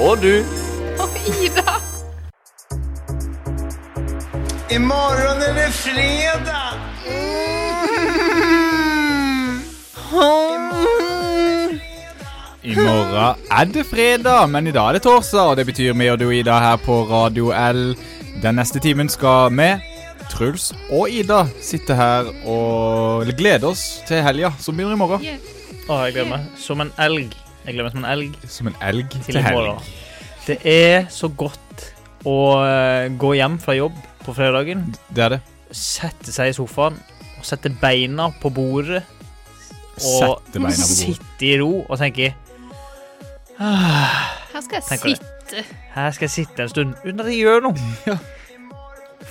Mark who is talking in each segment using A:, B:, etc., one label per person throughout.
A: Og du.
B: Ida!
C: Imorgon är det fredag!
A: I morgen er det fredag, men i dag er det torsdag, og det betyr vi og du, Ida, her på Radio L. Den neste timen skal vi, Truls og Ida, sitte her og glede oss til helga, som begynner i morgen.
D: Å, jeg gleder meg. Som en elg. Jeg gleder meg som en elg
A: Som en elg til
D: til i
A: helg.
D: morgen. Det er så godt å eh, gå hjem fra jobb på fredagen,
A: Det er det.
D: sette seg i sofaen og sette beina på bordet og
A: Sette beina på bordet.
D: sitte i ro og tenke
B: Her skal jeg
D: Tenker det.
B: sitte.
D: Her skal jeg sitte en stund uten at jeg gjør noe.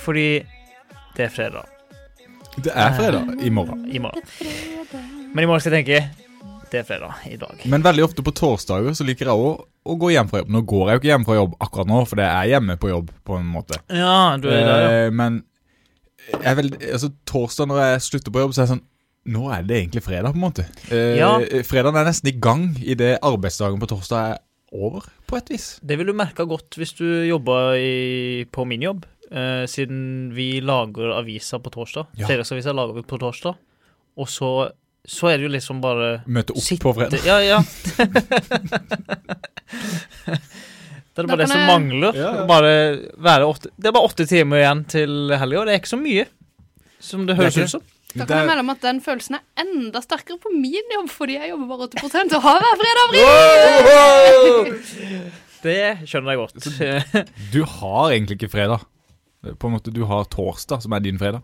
D: Fordi det er fredag
A: Det er fredag i morgen.
D: i morgen. Men i morgen skal jeg tenke det er fredag i dag.
A: Men veldig ofte på torsdager så liker jeg òg å gå hjem fra jobb. Nå går jeg jo ikke hjem fra jobb akkurat nå, for det er hjemme på jobb, på en måte.
D: Ja, du er der, ja.
A: Eh, Men jeg er veldig, altså, torsdag når jeg slutter på jobb, så er jeg sånn Nå er det egentlig fredag, på en måte. Eh,
D: Ja.
A: Fredagen er nesten i gang idet arbeidsdagen på torsdag er over, på et vis.
D: Det vil du merke godt hvis du jobber i, på min jobb, eh, siden vi lager aviser på torsdag.
A: Ja.
D: Fredagsaviser lager vi på torsdag, og så, så er det jo liksom bare
A: Møte opp
D: Sitte-
A: på fredag.
D: Ja, ja. det er
B: Da
D: bare det
B: kan
D: som
B: jeg-
D: mangler.
A: Ja, ja.
D: Det er Bare være åtte, det er bare åtte timer igjen til helga, og det er ikke så mye som
A: Det
D: det
A: er
D: høres
A: ikke
D: ut som.
B: Da
A: Det
B: kan jeg
A: er-
B: melde om at den følelsen er enda sterkere på min jobb, fordi jeg jobber bare 80 og har hver fredag fri!
D: Det skjønner jeg godt.
A: Du har egentlig ikke fredag. På en måte, Du har torsdag, som er din fredag.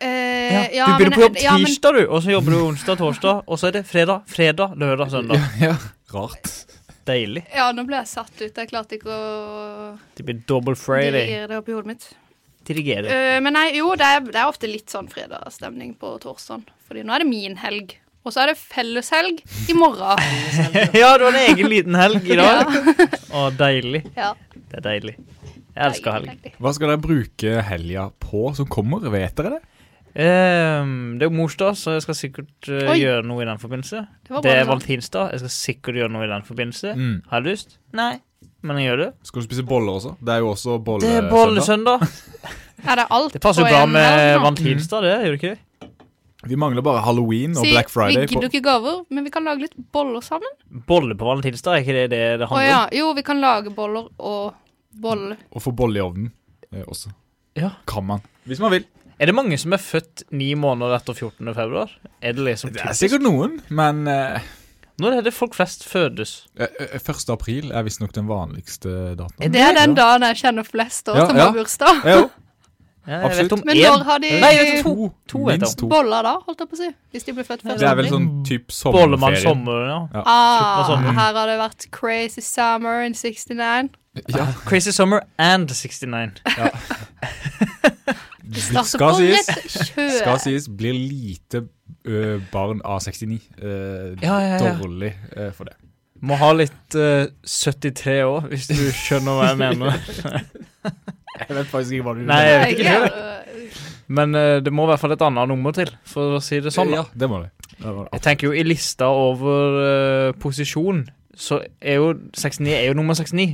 B: Eh, ja,
D: Ja, du begynner
B: men-
D: på jobb
B: ja, men-
D: tirsdag, du, og så jobber du onsdag, torsdag, og så er det fredag, fredag, lørdag, søndag.
A: Ja, Rart.
D: Deilig.
B: Ja, nå ble jeg satt ut. Jeg klarte ikke å
D: Det blir double friday.
B: dirigere det oppi hodet mitt.
D: Dirigere.
B: Eh, men nei, jo, det er, det er ofte litt sånn fredagsstemning på torsdagen. Fordi nå er det min helg. Og så er det felleshelg i morgen.
D: Ja, du har en egen liten helg i dag.
B: Øh. Ja.
D: Å, deilig.
B: Ja.
D: Det er deilig. Jeg elsker helg.
A: Hva skal dere bruke helga på som kommer? Vet dere det?
D: Ehm, det er jo morsdag, så jeg skal sikkert eh,
B: Oi.
D: gjøre noe i den forbindelse.
B: Det var
D: Det er
B: bare sånn.
D: valentinsdag. Jeg skal sikkert gjøre noe i den forbindelse.
A: Mm.
D: Har jeg lyst? Nei. Men jeg gjør det.
A: Skal du spise boller også? Det er jo også
D: Det er
A: bollesøndag.
D: bollesøndag.
B: Er det alt
D: Det passer
B: på
D: jo bra
B: en
D: med
B: helg nå?
D: valentinsdag, det. Gjør det ikke det?
A: Vi mangler bare halloween og
B: Si,
A: Black Friday.
B: Vi gidder
A: På.
B: ikke gaver, men vi kan lage litt boller sammen.
D: Bolle på valentinsdag, er ikke det det det
B: Å
D: handler
B: ja.
D: om?
B: Jo, vi kan lage boller og bolle.
A: Og få bolle i ovnen eh, også.
D: Ja.
A: Kan man. Hvis man vil.
D: Er det mange som er født ni måneder etter 14. februar? Er det liksom
A: Det er
D: typisk?
A: sikkert noen, men eh,
D: Når er det folk flest fødes?
A: eh, eh, 1. april er visstnok den vanligste datoen.
D: Er
B: Det er den
D: da.
B: dagen jeg kjenner flest år
A: Ja,
B: som
A: ja. Eh,
B: har bursdag.
A: Ja, jo.
D: Ja, jeg
A: Absolutt.
D: vet om
B: Men
D: én.
B: når har de
D: Nei, jeg vet om to. to heter
A: minst to.
B: boller da, holdt jeg på å si? Hvis de blir født først.
A: Det er vel sånn typ
D: Bollemann
A: sommerferie.
D: sommer, ja.
B: Ah,
D: Slutten av sommeren.
B: her har det vært Crazy Summer in 69.
A: Ja,
D: Crazy Summer and 69.
B: Starter
A: skal
B: på
A: sies.
B: rett
A: Skal
B: kjøl.
A: sies blir lite ø, barn av 69. eh,
D: Ja, ja, ja.
A: Dårlig eh, for det.
D: Må ha litt eh, 73 år, hvis du skjønner hva jeg mener.
A: Jeg vet faktisk ikke hva du
D: Nei, jeg vet ikke.
B: Ja,
D: det. Men eh, det må i hvert fall et annet nummer til, for å si det sånn.
A: Ja,
D: da.
A: det må det. Det må det.
D: Jeg tenker jo i lista over eh, posisjon, så er jo 69 er jo nummer 69.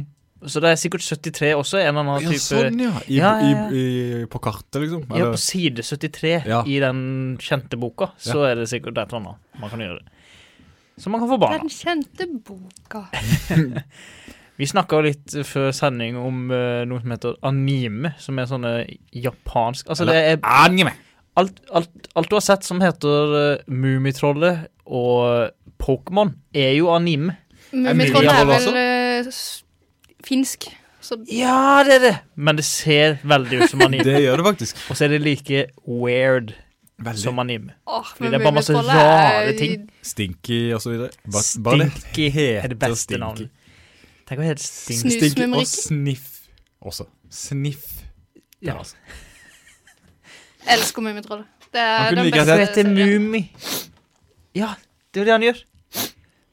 D: Så det er sikkert 73 også, en eller annen
A: Ja,
D: type
A: sånn, ja. I,
D: Ja, ja, ja.
A: I, i, på kartet, liksom.
D: Ja,
A: Eller-
D: på side 73
A: Ja.
D: i den kjente boka, så er det sikkert et eller annet man kan gjøre. Så man kan få barna.
B: Den kjente boka.
D: Vi snakka litt før sending om eh, noe som heter anime, som er sånne japansk Altså det er
A: Anime.
D: alt, alt, alt du har sett som heter uh, Mummitrollet og Pokémon, er jo anime.
B: Mummitroll
A: Emilia
B: er
A: Roll
B: vel eh, s- finsk. Så
D: Ja, det er det! Men det ser veldig ut som anime.
A: Det gjør det faktisk.
D: Og så er det like weird
A: Veldig.
D: som anime.
B: åh,
D: Fordi
B: men
D: det er bare masse
B: Mummitroll er-
D: rare ting.
A: Stinky og så videre. Bare, bare det.
D: Stinky
A: heter
D: er det beste
A: Stinky.
D: navnet. Tenk å hete Stinky.
B: Snu-
A: Stinky og
B: Snusmumrikke.
A: sniff også. Sniff.
D: Ja.
A: altså.
B: Elsker Mummitroll. Det
A: Man
B: er
A: kunne
B: den
A: like
D: Så
A: gjerne
B: beste
D: heter
B: serien.
D: Mumi. Ja, det er jo det han gjør.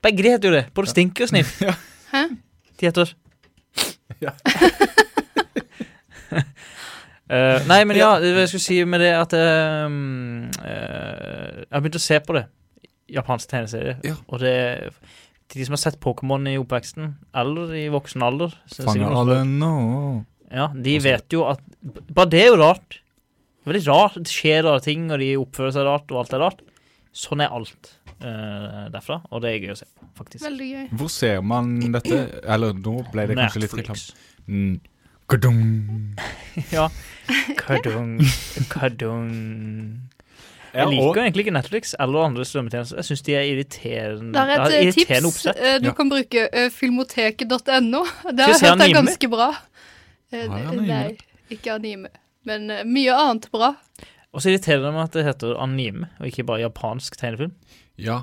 D: Begge de heter jo det. Både Stinky og Sniff.
B: Hæ?
D: De heter
A: Ja.
D: Eh, nei, men ja, det jeg skulle si med det at eh, mm, eh, Jeg har begynt å se på det. Japansk tegneserie.
A: Ja.
D: Og det til de som har sett Pokémon i oppveksten, eller i voksen alder så er det
A: Fanger
D: sikkert-
A: alle nå.
D: Ja, de vet jo at Bare det er jo rart. Det er veldig rart. Det skjer rare ting, og de oppfører seg rart, og alt er rart. Sånn er alt eh, derfra, og det er gøy å se på, faktisk.
B: Veldig gøy.
A: Hvor ser man dette? Eller nå ble det kanskje litt reklame.
D: Netflix.
A: Mm. Kadung.
D: Ja. Kadung, kadung.
A: Ja,
D: Jeg
A: og
D: liker egentlig ikke Netflix eller andre strømmetjenester. Jeg syns de er irriterende.
B: Der er
D: Det
B: et eh,
D: Mm. irriterende
B: tips
D: oppsett.
B: eh, du
A: Ja.
B: kan bruke. eh, Filmoteket.no. Det
D: Skal vi
B: har jeg
D: se
B: hørt er
D: anime?
B: ganske bra. Eh,
A: Har jeg
B: det-
A: anime?
B: Nei, ikke anime. Men eh, mye annet bra.
D: Og så irriterer det meg at det heter anime, og ikke bare japansk tegnefilm.
A: Ja.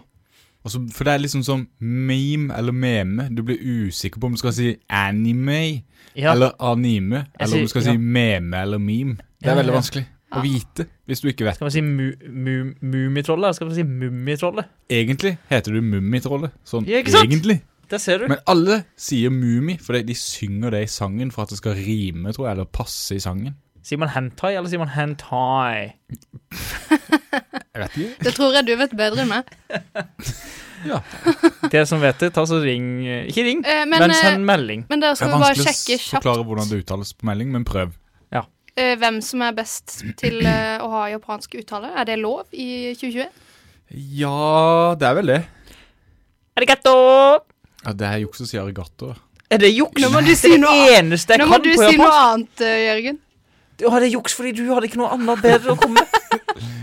A: Og så- for det er liksom sånn meme eller meme. Du blir usikker på om du skal si anime
D: Ja,
A: eller anime,
D: Jeg
A: eller om du
D: sier-
A: skal
D: ja.
A: si meme eller meme. Det er
D: Ja,
A: veldig
D: ja.
A: vanskelig å vite hvis du ikke vet.
D: skal man si mu- mu- Mummitrollet? Eller skal man si Mummitrollet?
A: Egentlig heter du Mummitrollet. Sånn
D: Ja, ikke sant?
A: egentlig.
D: Der ser du.
A: Men alle sier Mumi fordi de synger det i sangen for at det skal rime, tror jeg, eller passe i sangen.
D: Sier man hentai, eller sier man hentai?
A: Jeg vet ikke.
B: Det tror jeg du vet bedre enn meg.
D: Dere som vet det, ta så ring eh, Ikke ring,
B: Eh,
D: men,
B: men,
D: send
B: eh,
D: melding.
B: men dere
A: Det
B: skal
A: er
B: vi bare
A: vanskelig å
B: sjekke
A: s-
B: kjapt
A: forklare hvordan det uttales på melding, men prøv.
B: eh, hvem som er best til eh, å ha japansk uttale. Er det lov i 2021?
A: Ja, det er vel det.
D: Arigato!
A: Ja, det er juks å si arigato.
D: Er det juks?
B: Nå må du
D: Det er
B: si noe
D: Det eneste jeg
B: Nå
D: kan
B: må du
D: på
B: si noe
D: japansk.
B: annet, eh, Jørgen.
D: Å, det er juks fordi du hadde ikke noe annet bedre å komme med.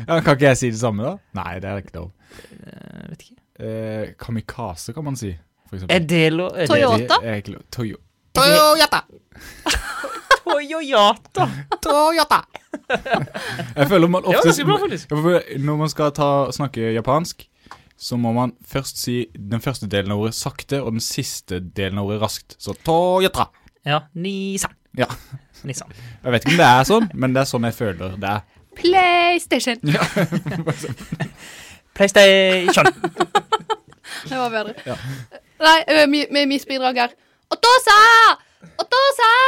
A: Ja, kan ikke jeg si det samme, da? Nei, det er ikke lov.
D: Eh, vet ikke.
A: Eh, kamikaze kan man si, for
D: Er
A: eksempel.
D: det lov? Er det-
B: Toyo-
A: Det
B: Toyota?
A: er ikke lov. Toyo.
D: Toyota.
A: Jeg føler man
D: Det var
A: ofte
D: ganske bra, faktisk.
A: Jeg føler Når man skal ta, snakke japansk, så må man først si den første delen av ordet sakte, og den siste delen av ordet raskt. Så Toyota.
D: Ja, Nissan.
A: Ja.
D: Nissan.
A: Jeg vet ikke om det er sånn, men det er sånn jeg føler det er.
B: PlayStation.
D: PlayStation.
B: Det var bedre.
A: Ja.
B: Nei, ø, mi, mi, mitt bidrag er Otosa! Otosa!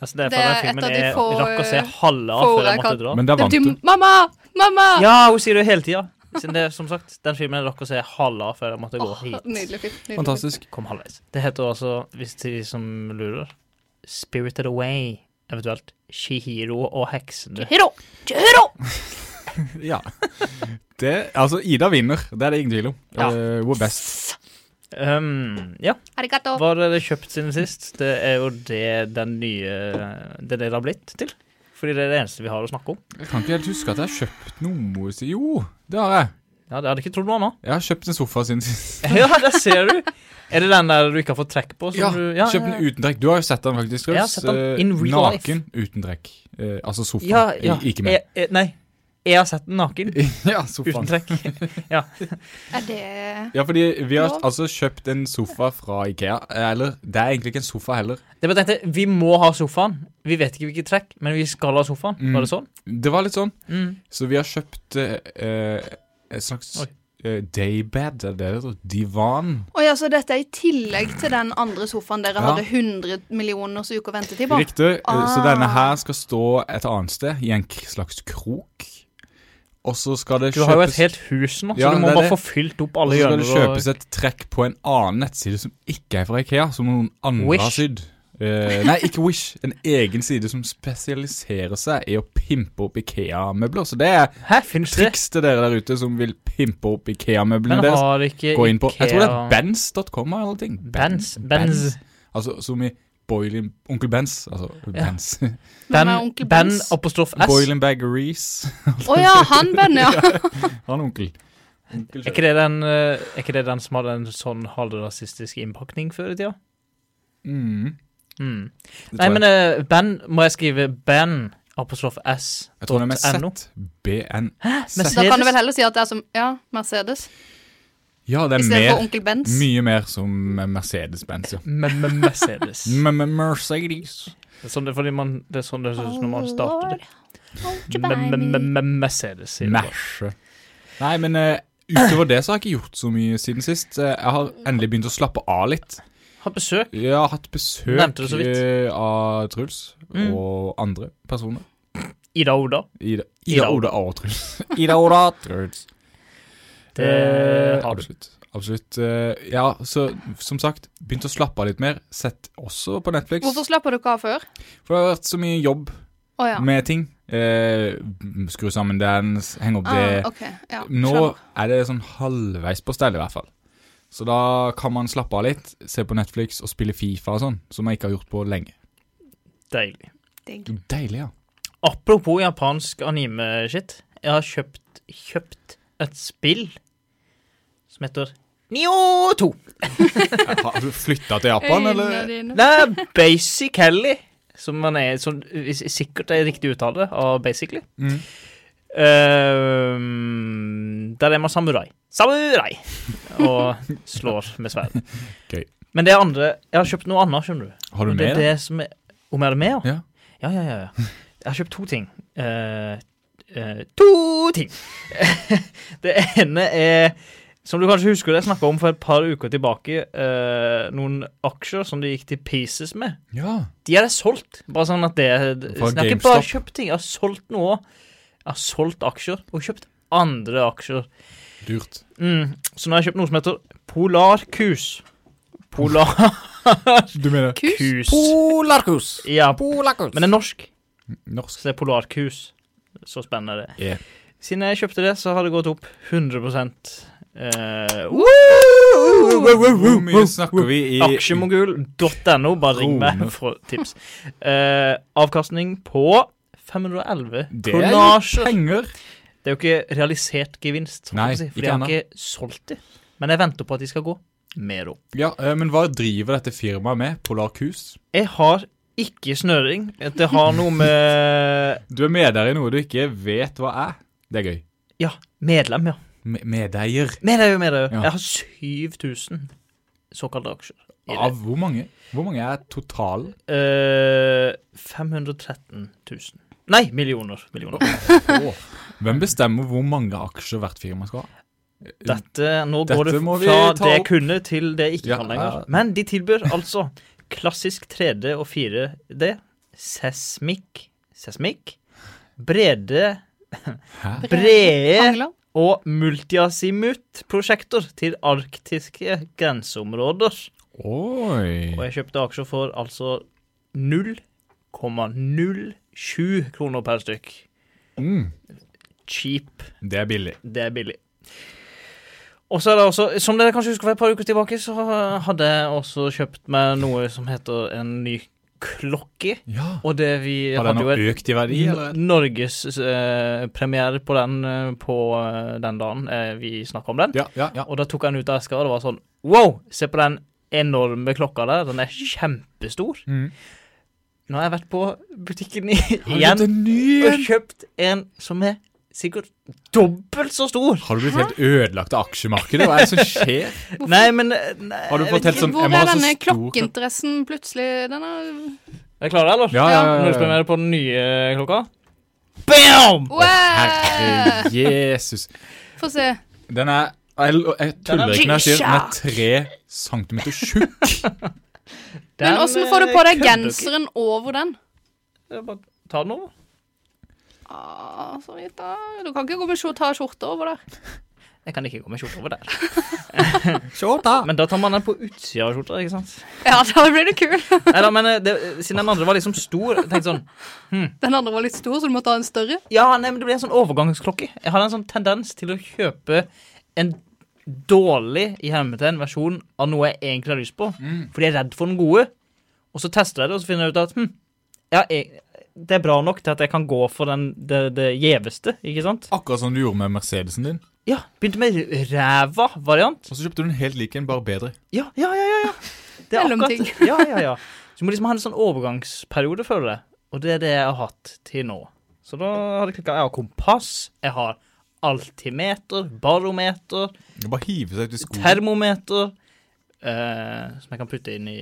D: Altså, det er
B: Det
D: fra
B: er
D: den filmen
B: et av de
D: jeg
B: få,
D: rakk å se
B: eh,
D: halve av
B: få
D: før
B: jeg
D: jeg måtte
B: kan.
D: dra.
A: Men der
B: Det
A: vant
B: betyr
A: du.
B: mamma! Mamma!
D: Ja, hun sier det jo hele tida. Siden det, som sagt, den filmen jeg rakk å se halve av før jeg måtte gå
B: Åh,
D: hit.
B: nydelig film. Nydelig
A: Fantastisk.
D: Kom halvveis. Det heter altså, hvis de som lurer, Spirited Away. Eventuelt Shihiro og
B: Film.
D: heksene.
B: Hero! Hero!
A: Ja. Det, altså, Ida vinner. Det er det ingen tvil om.
D: Ja.
A: Eh, hun er best.
D: Um, ja,
B: Arigato.
D: hva har dere kjøpt siden sist? Det er jo det den nye Det er det det har blitt til. Fordi det er det eneste vi har å snakke om.
A: Jeg kan ikke helt huske at jeg har kjøpt noe siden Jo, det har jeg.
D: Ja, Det hadde jeg ikke trodd noe annet.
A: Jeg har kjøpt en sofa siden sist.
D: Ja, der ser du! Er det den der du ikke har fått trekk på? Som
A: Ja,
D: du,
A: kjøpt den uten trekk. Du har jo sett den faktisk, Truls.
D: Jeg har sett den
A: Eh,
D: in real
A: Naken uten trekk. Eh, altså sofa.
D: Ja, ja.
A: I- Ikke med.
D: Jeg, jeg, nei. Jeg har sett den naken.
A: ja,
D: Uten
A: sofaen.
D: trekk.
B: Er det
A: Ja, fordi vi har
B: Lov.
A: altså kjøpt en sofa fra Ikea. Eh, Eller, det er egentlig ikke en sofa heller.
D: Det var tenkte, Vi må ha sofaen. Vi vet ikke hvilket trekk, men vi skal ha sofaen.
A: Mm.
D: Var det sånn?
A: Det var litt sånn.
D: Mm.
A: Så vi har kjøpt eh, eh, et slags
D: Oi.
A: eh, daybed, er det det heter? Divan.
B: Oi, altså, dette er i tillegg til den andre sofaen dere
A: Ja.
B: hadde 100 millioners uker ventetid på.
A: Riktig. Eh, Så
B: Ah.
A: denne her skal stå et annet sted, i en k- slags krok. Og så skal det
D: Du har jo et
A: kjøpes
D: helt hus nå, så
A: Ja,
D: du må
A: det er
D: bare
A: det.
D: få fylt opp
A: Og
D: alle
A: så skal det
D: hjørner. og-
A: kjøpes et trekk på en annen nettside som ikke er fra Ikea, som noen andre har
D: Wish.
A: sydd. Eh, nei, ikke Wish. En egen side som spesialiserer seg i å pimpe opp Ikea-møbler. Så det er
D: Hæ, finnes det?
A: triks til dere der ute som vil pimpe opp Ikea-møblene
D: Men
A: deres.
D: har ikke
A: Gå inn på Jeg tror det er
D: Ikea-
A: Benz.com eller noe.
D: Benz. Benz.
A: Altså som i Boiling Onkel Benz. Altså Benz.
B: Hvem er
D: Ben,
B: onkel
D: ben
B: Benz?
D: apostrof S.
A: Boiling Baggeries.
B: Å ja, han Ben, ja.
A: Han onkel.
D: Er ikke, det den, eh, er ikke det den som hadde en sånn halvrasistisk innpakning før i tida?
A: Mm,
D: Mm.
A: det
D: Nei,
A: tror
D: men
A: jeg.
D: eh, Ben må jeg skrive Ben apostrof S.
A: jeg tror det er med
D: .no.
A: Z. BN.
B: Da kan du vel heller si at det er som Ja, Mercedes.
A: Ja, det
B: I
A: er
B: stedet for
A: mer,
B: Onkel Bens.
A: mye mer som Mercedes-Benz, ja.
D: M- M- Mercedes.
A: M- M- Mercedes.
D: Det er sånn det, fordi man, det er sånn det høres ut når man starter det.
B: Won't you buy
D: M- M-
B: me?
D: M- M- Mercedes. sier det.
A: Merse. Nei, men eh, utover det så har jeg ikke gjort så mye siden sist. Eh, jeg har endelig begynt å slappe av litt.
D: Har besøk.
A: Jeg har hatt besøk
D: Nevnte det så vidt.
A: eh, av Truls
D: Mm.
A: og andre personer.
D: Ida Oda.
A: Ida, Ida,
D: Ida
A: Oda og Truls. Ida Oda Truls.
D: Det har du.
A: Absolutt. Absolutt. eh, Ja, så som sagt, begynt å slappe av litt mer. Sett også på Netflix.
B: Hvorfor slapper dere av før?
A: For det har vært så mye jobb
B: Å ja.
A: med ting. Eh, skru sammen den, s- heng opp det.
B: ah, ok, ja,
A: Nå
B: skjønner.
A: er det sånn halvveis på stell, i hvert fall. Så da kan man slappe av litt, se på Netflix og spille Fifa og sånn, som jeg ikke har gjort på lenge.
D: Deilig.
B: Digg.
A: Deilig, ja.
D: Apropos japansk anime-shit. Jeg har kjøpt, kjøpt et spill som heter Nio 2.
A: Har du flytta til Japan,
B: Øynene
A: eller?
B: dine.
D: Det er basically Som man er som, s- Sikkert er riktig uttale av basically
A: Mm.
D: Ehm, Der er man samurai Samurai Og slår med sverd
A: Gøy.
D: Men det andre Jeg har kjøpt noe annet, skjønner du
A: Har du
D: Og det
A: med
D: er
A: det?
D: det som er, Om jeg er med,
A: Ja.
D: Ja, ja, ja, ja. Jeg har kjøpt to ting. Eh, eh, to ting! det ene er, som du kanskje husker jeg snakka om for et par uker tilbake, eh, noen aksjer som det gikk til pieces med.
A: Ja.
D: De har jeg solgt. Bare sånn at det
A: Fra
D: Så Jeg har ikke bare
A: GameStop.
D: kjøpt ting, jeg har solgt noe òg. Jeg har solgt aksjer, og kjøpt andre aksjer.
A: Lurt.
D: Mm. Så nå har jeg kjøpt noe som heter Polarkus. Polarkus.
A: Du mener
B: Kus.
A: Polarkus.
D: Ja,
A: Polarkus.
D: men det er norsk,
A: Norsk.
D: så det er Polarkus. Så spennende det er.
A: Yeah.
D: Siden jeg kjøpte det, så har det gått opp 100 eh,
A: Hvor mye snakker vi i
D: Aksjemogul.no, bare ring meg
A: Kroner.
D: for tips. Eh, avkastning på 511
A: Det er jo
D: kronasjer.
A: penger?
D: Det er jo ikke realisert gevinst,
A: Nei,
D: for
A: ikke
D: jeg har
A: ennå.
D: ikke solgt det. Men jeg venter på at de skal gå mer opp.
A: Ja, eh, men hva driver dette firmaet med? Polarkus?
D: Jeg har ikke snøring. Det har noe med
A: Du er medeier i noe du ikke vet hva er. Det er gøy.
D: Ja, medlem, ja.
A: Me- Medeier
D: Medeier, medeier.
A: Ja.
D: Jeg har 7000 såkalte aksjer. i det.
A: av hvor mange? Hvor mange er totalen?
D: Eh, 513 000. Nei, millioner. millioner.
A: Å, Hvem bestemmer hvor mange aksjer hvert firma skal ha?
D: Dette, nå går
A: Dette
D: det
A: må vi
D: fra
A: ta
D: det jeg
A: opp.
D: kunne til det jeg ikke
A: Ja,
D: kan
A: ja.
D: lenger. Men de tilbyr altså klassisk 3D og 4D, seismikk Seismikk? Brede,
A: Hæ?
D: brede
B: Angler.
D: og multiasimut-prosjekter til arktiske grenseområder. Og
A: Oi.
D: jeg kjøpte aksjer for altså 0,07 kroner per stykk.
A: Mm,
D: Cheap.
A: det er billig.
D: Det er billig. Og så er det også, som dere kanskje husker for et par uker tilbake, så hadde jeg også kjøpt meg noe som heter en ny klokke.
A: Ja.
D: Og det vi
A: Har den
D: hadde jo
A: noe
D: en
A: økt i verdi, eller?
D: norgespremiere eh, premiere på den eh, på eh, den dagen eh, vi snakka om den.
A: Ja, ja, ja.
D: Og da tok jeg den ut av eska, og det var sånn Wow! Se på den enorme klokka der. Den er kjempestor.
A: Mm.
D: Nå har jeg vært på butikken i-
A: Har du fått
D: igjen
A: en ny
D: og
A: en?
D: kjøpt en som er sikkert dobbelt så stor.
A: Har du blitt helt ødelagt av aksjemarkedet? Hva er det som skjer?
D: Nei, men eh, nei,
A: Har du
D: jeg
A: fått
D: vet
A: helt
D: ikke.
A: sånn
B: Hvor
A: jeg må ha
B: er
A: så
B: denne
A: stor-
B: klokkeinteressen plutselig? Den er
D: Er du klar, eller?
A: Ja, ja, ja, ja, ja.
D: Norgespremiere på den nye eh, klokka. Bam!
B: wow!
A: Herre Jesus.
B: Få se.
A: Den er Jeg, jeg tuller ikke når jeg sier den er tre centimeter tjukk.
B: Men åssen får
D: eh,
B: eh, du på deg genseren over den?
D: Ta den over.
B: Ah, så vidt da. Du kan ikke gå med skjorte, ta skjorte over der.
D: Jeg kan ikke gå med skjorte over der.
A: Shorta.
D: Men da tar man den på utsida av skjorta, ikke sant?
B: Ja, da blir det kul.
D: Nei da, men eh, det, siden den andre var liksom stor, jeg tenkte sånn
B: Den andre var litt stor, så du må ta en større.
D: Ja, nei, men det blir en sånn overgangsklokke. Jeg har en sånn tendens til å kjøpe en dårlig i hermetegn versjon av noe jeg egentlig har lyst på, fordi jeg er redd for den gode. Og så tester jeg det, og så finner jeg ut at hm, ja, jeg, det er bra nok til at jeg kan gå for den, det, det gjeveste, ikke sant?
A: Akkurat som du gjorde med Mercedesen din.
D: Ja, begynte med ræva variant.
A: Og så kjøpte du en helt lik en, bare bedre.
D: Ja, ja, ja, ja. ja. Det er
B: Mellomting.
D: akkurat. Ja, ja, ja. Så du må liksom ha en sånn overgangsperiode, føler jeg. Og det er det jeg har hatt til nå. Så da har det klikka. Jeg har kompass, jeg har altimeter, barometer,
A: Det Bare hive seg ut i skogen.
D: termometer eh, Som jeg kan putte inn i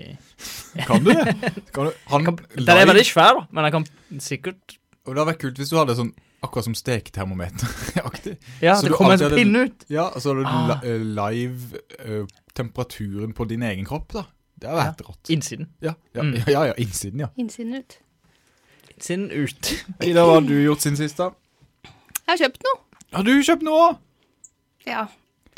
A: Kan du det? Kan du, han,
D: Den er veldig svær, da, men jeg kan sikkert
A: Og det hadde vært kult hvis du hadde sånn akkurat som steketermometeraktig.
D: Ja,
A: Så
D: det
A: du
D: kommer
A: alltid
D: en
A: hadde-
D: sånn pinne ut.
A: Ja, og så hadde du
D: Ah.
A: la- eh, live eh, temperaturen på din egen kropp, da. Det hadde vært rått.
D: Innsiden.
A: Ja, ja,
D: Mm.
A: ja, ja, ja, innsiden, ja.
B: Innsiden ut.
D: Innsiden ut.
A: Ida, hva har du gjort siden sist, da?
B: Jeg har kjøpt noe.
A: Har du kjøpt noe?
B: Ja.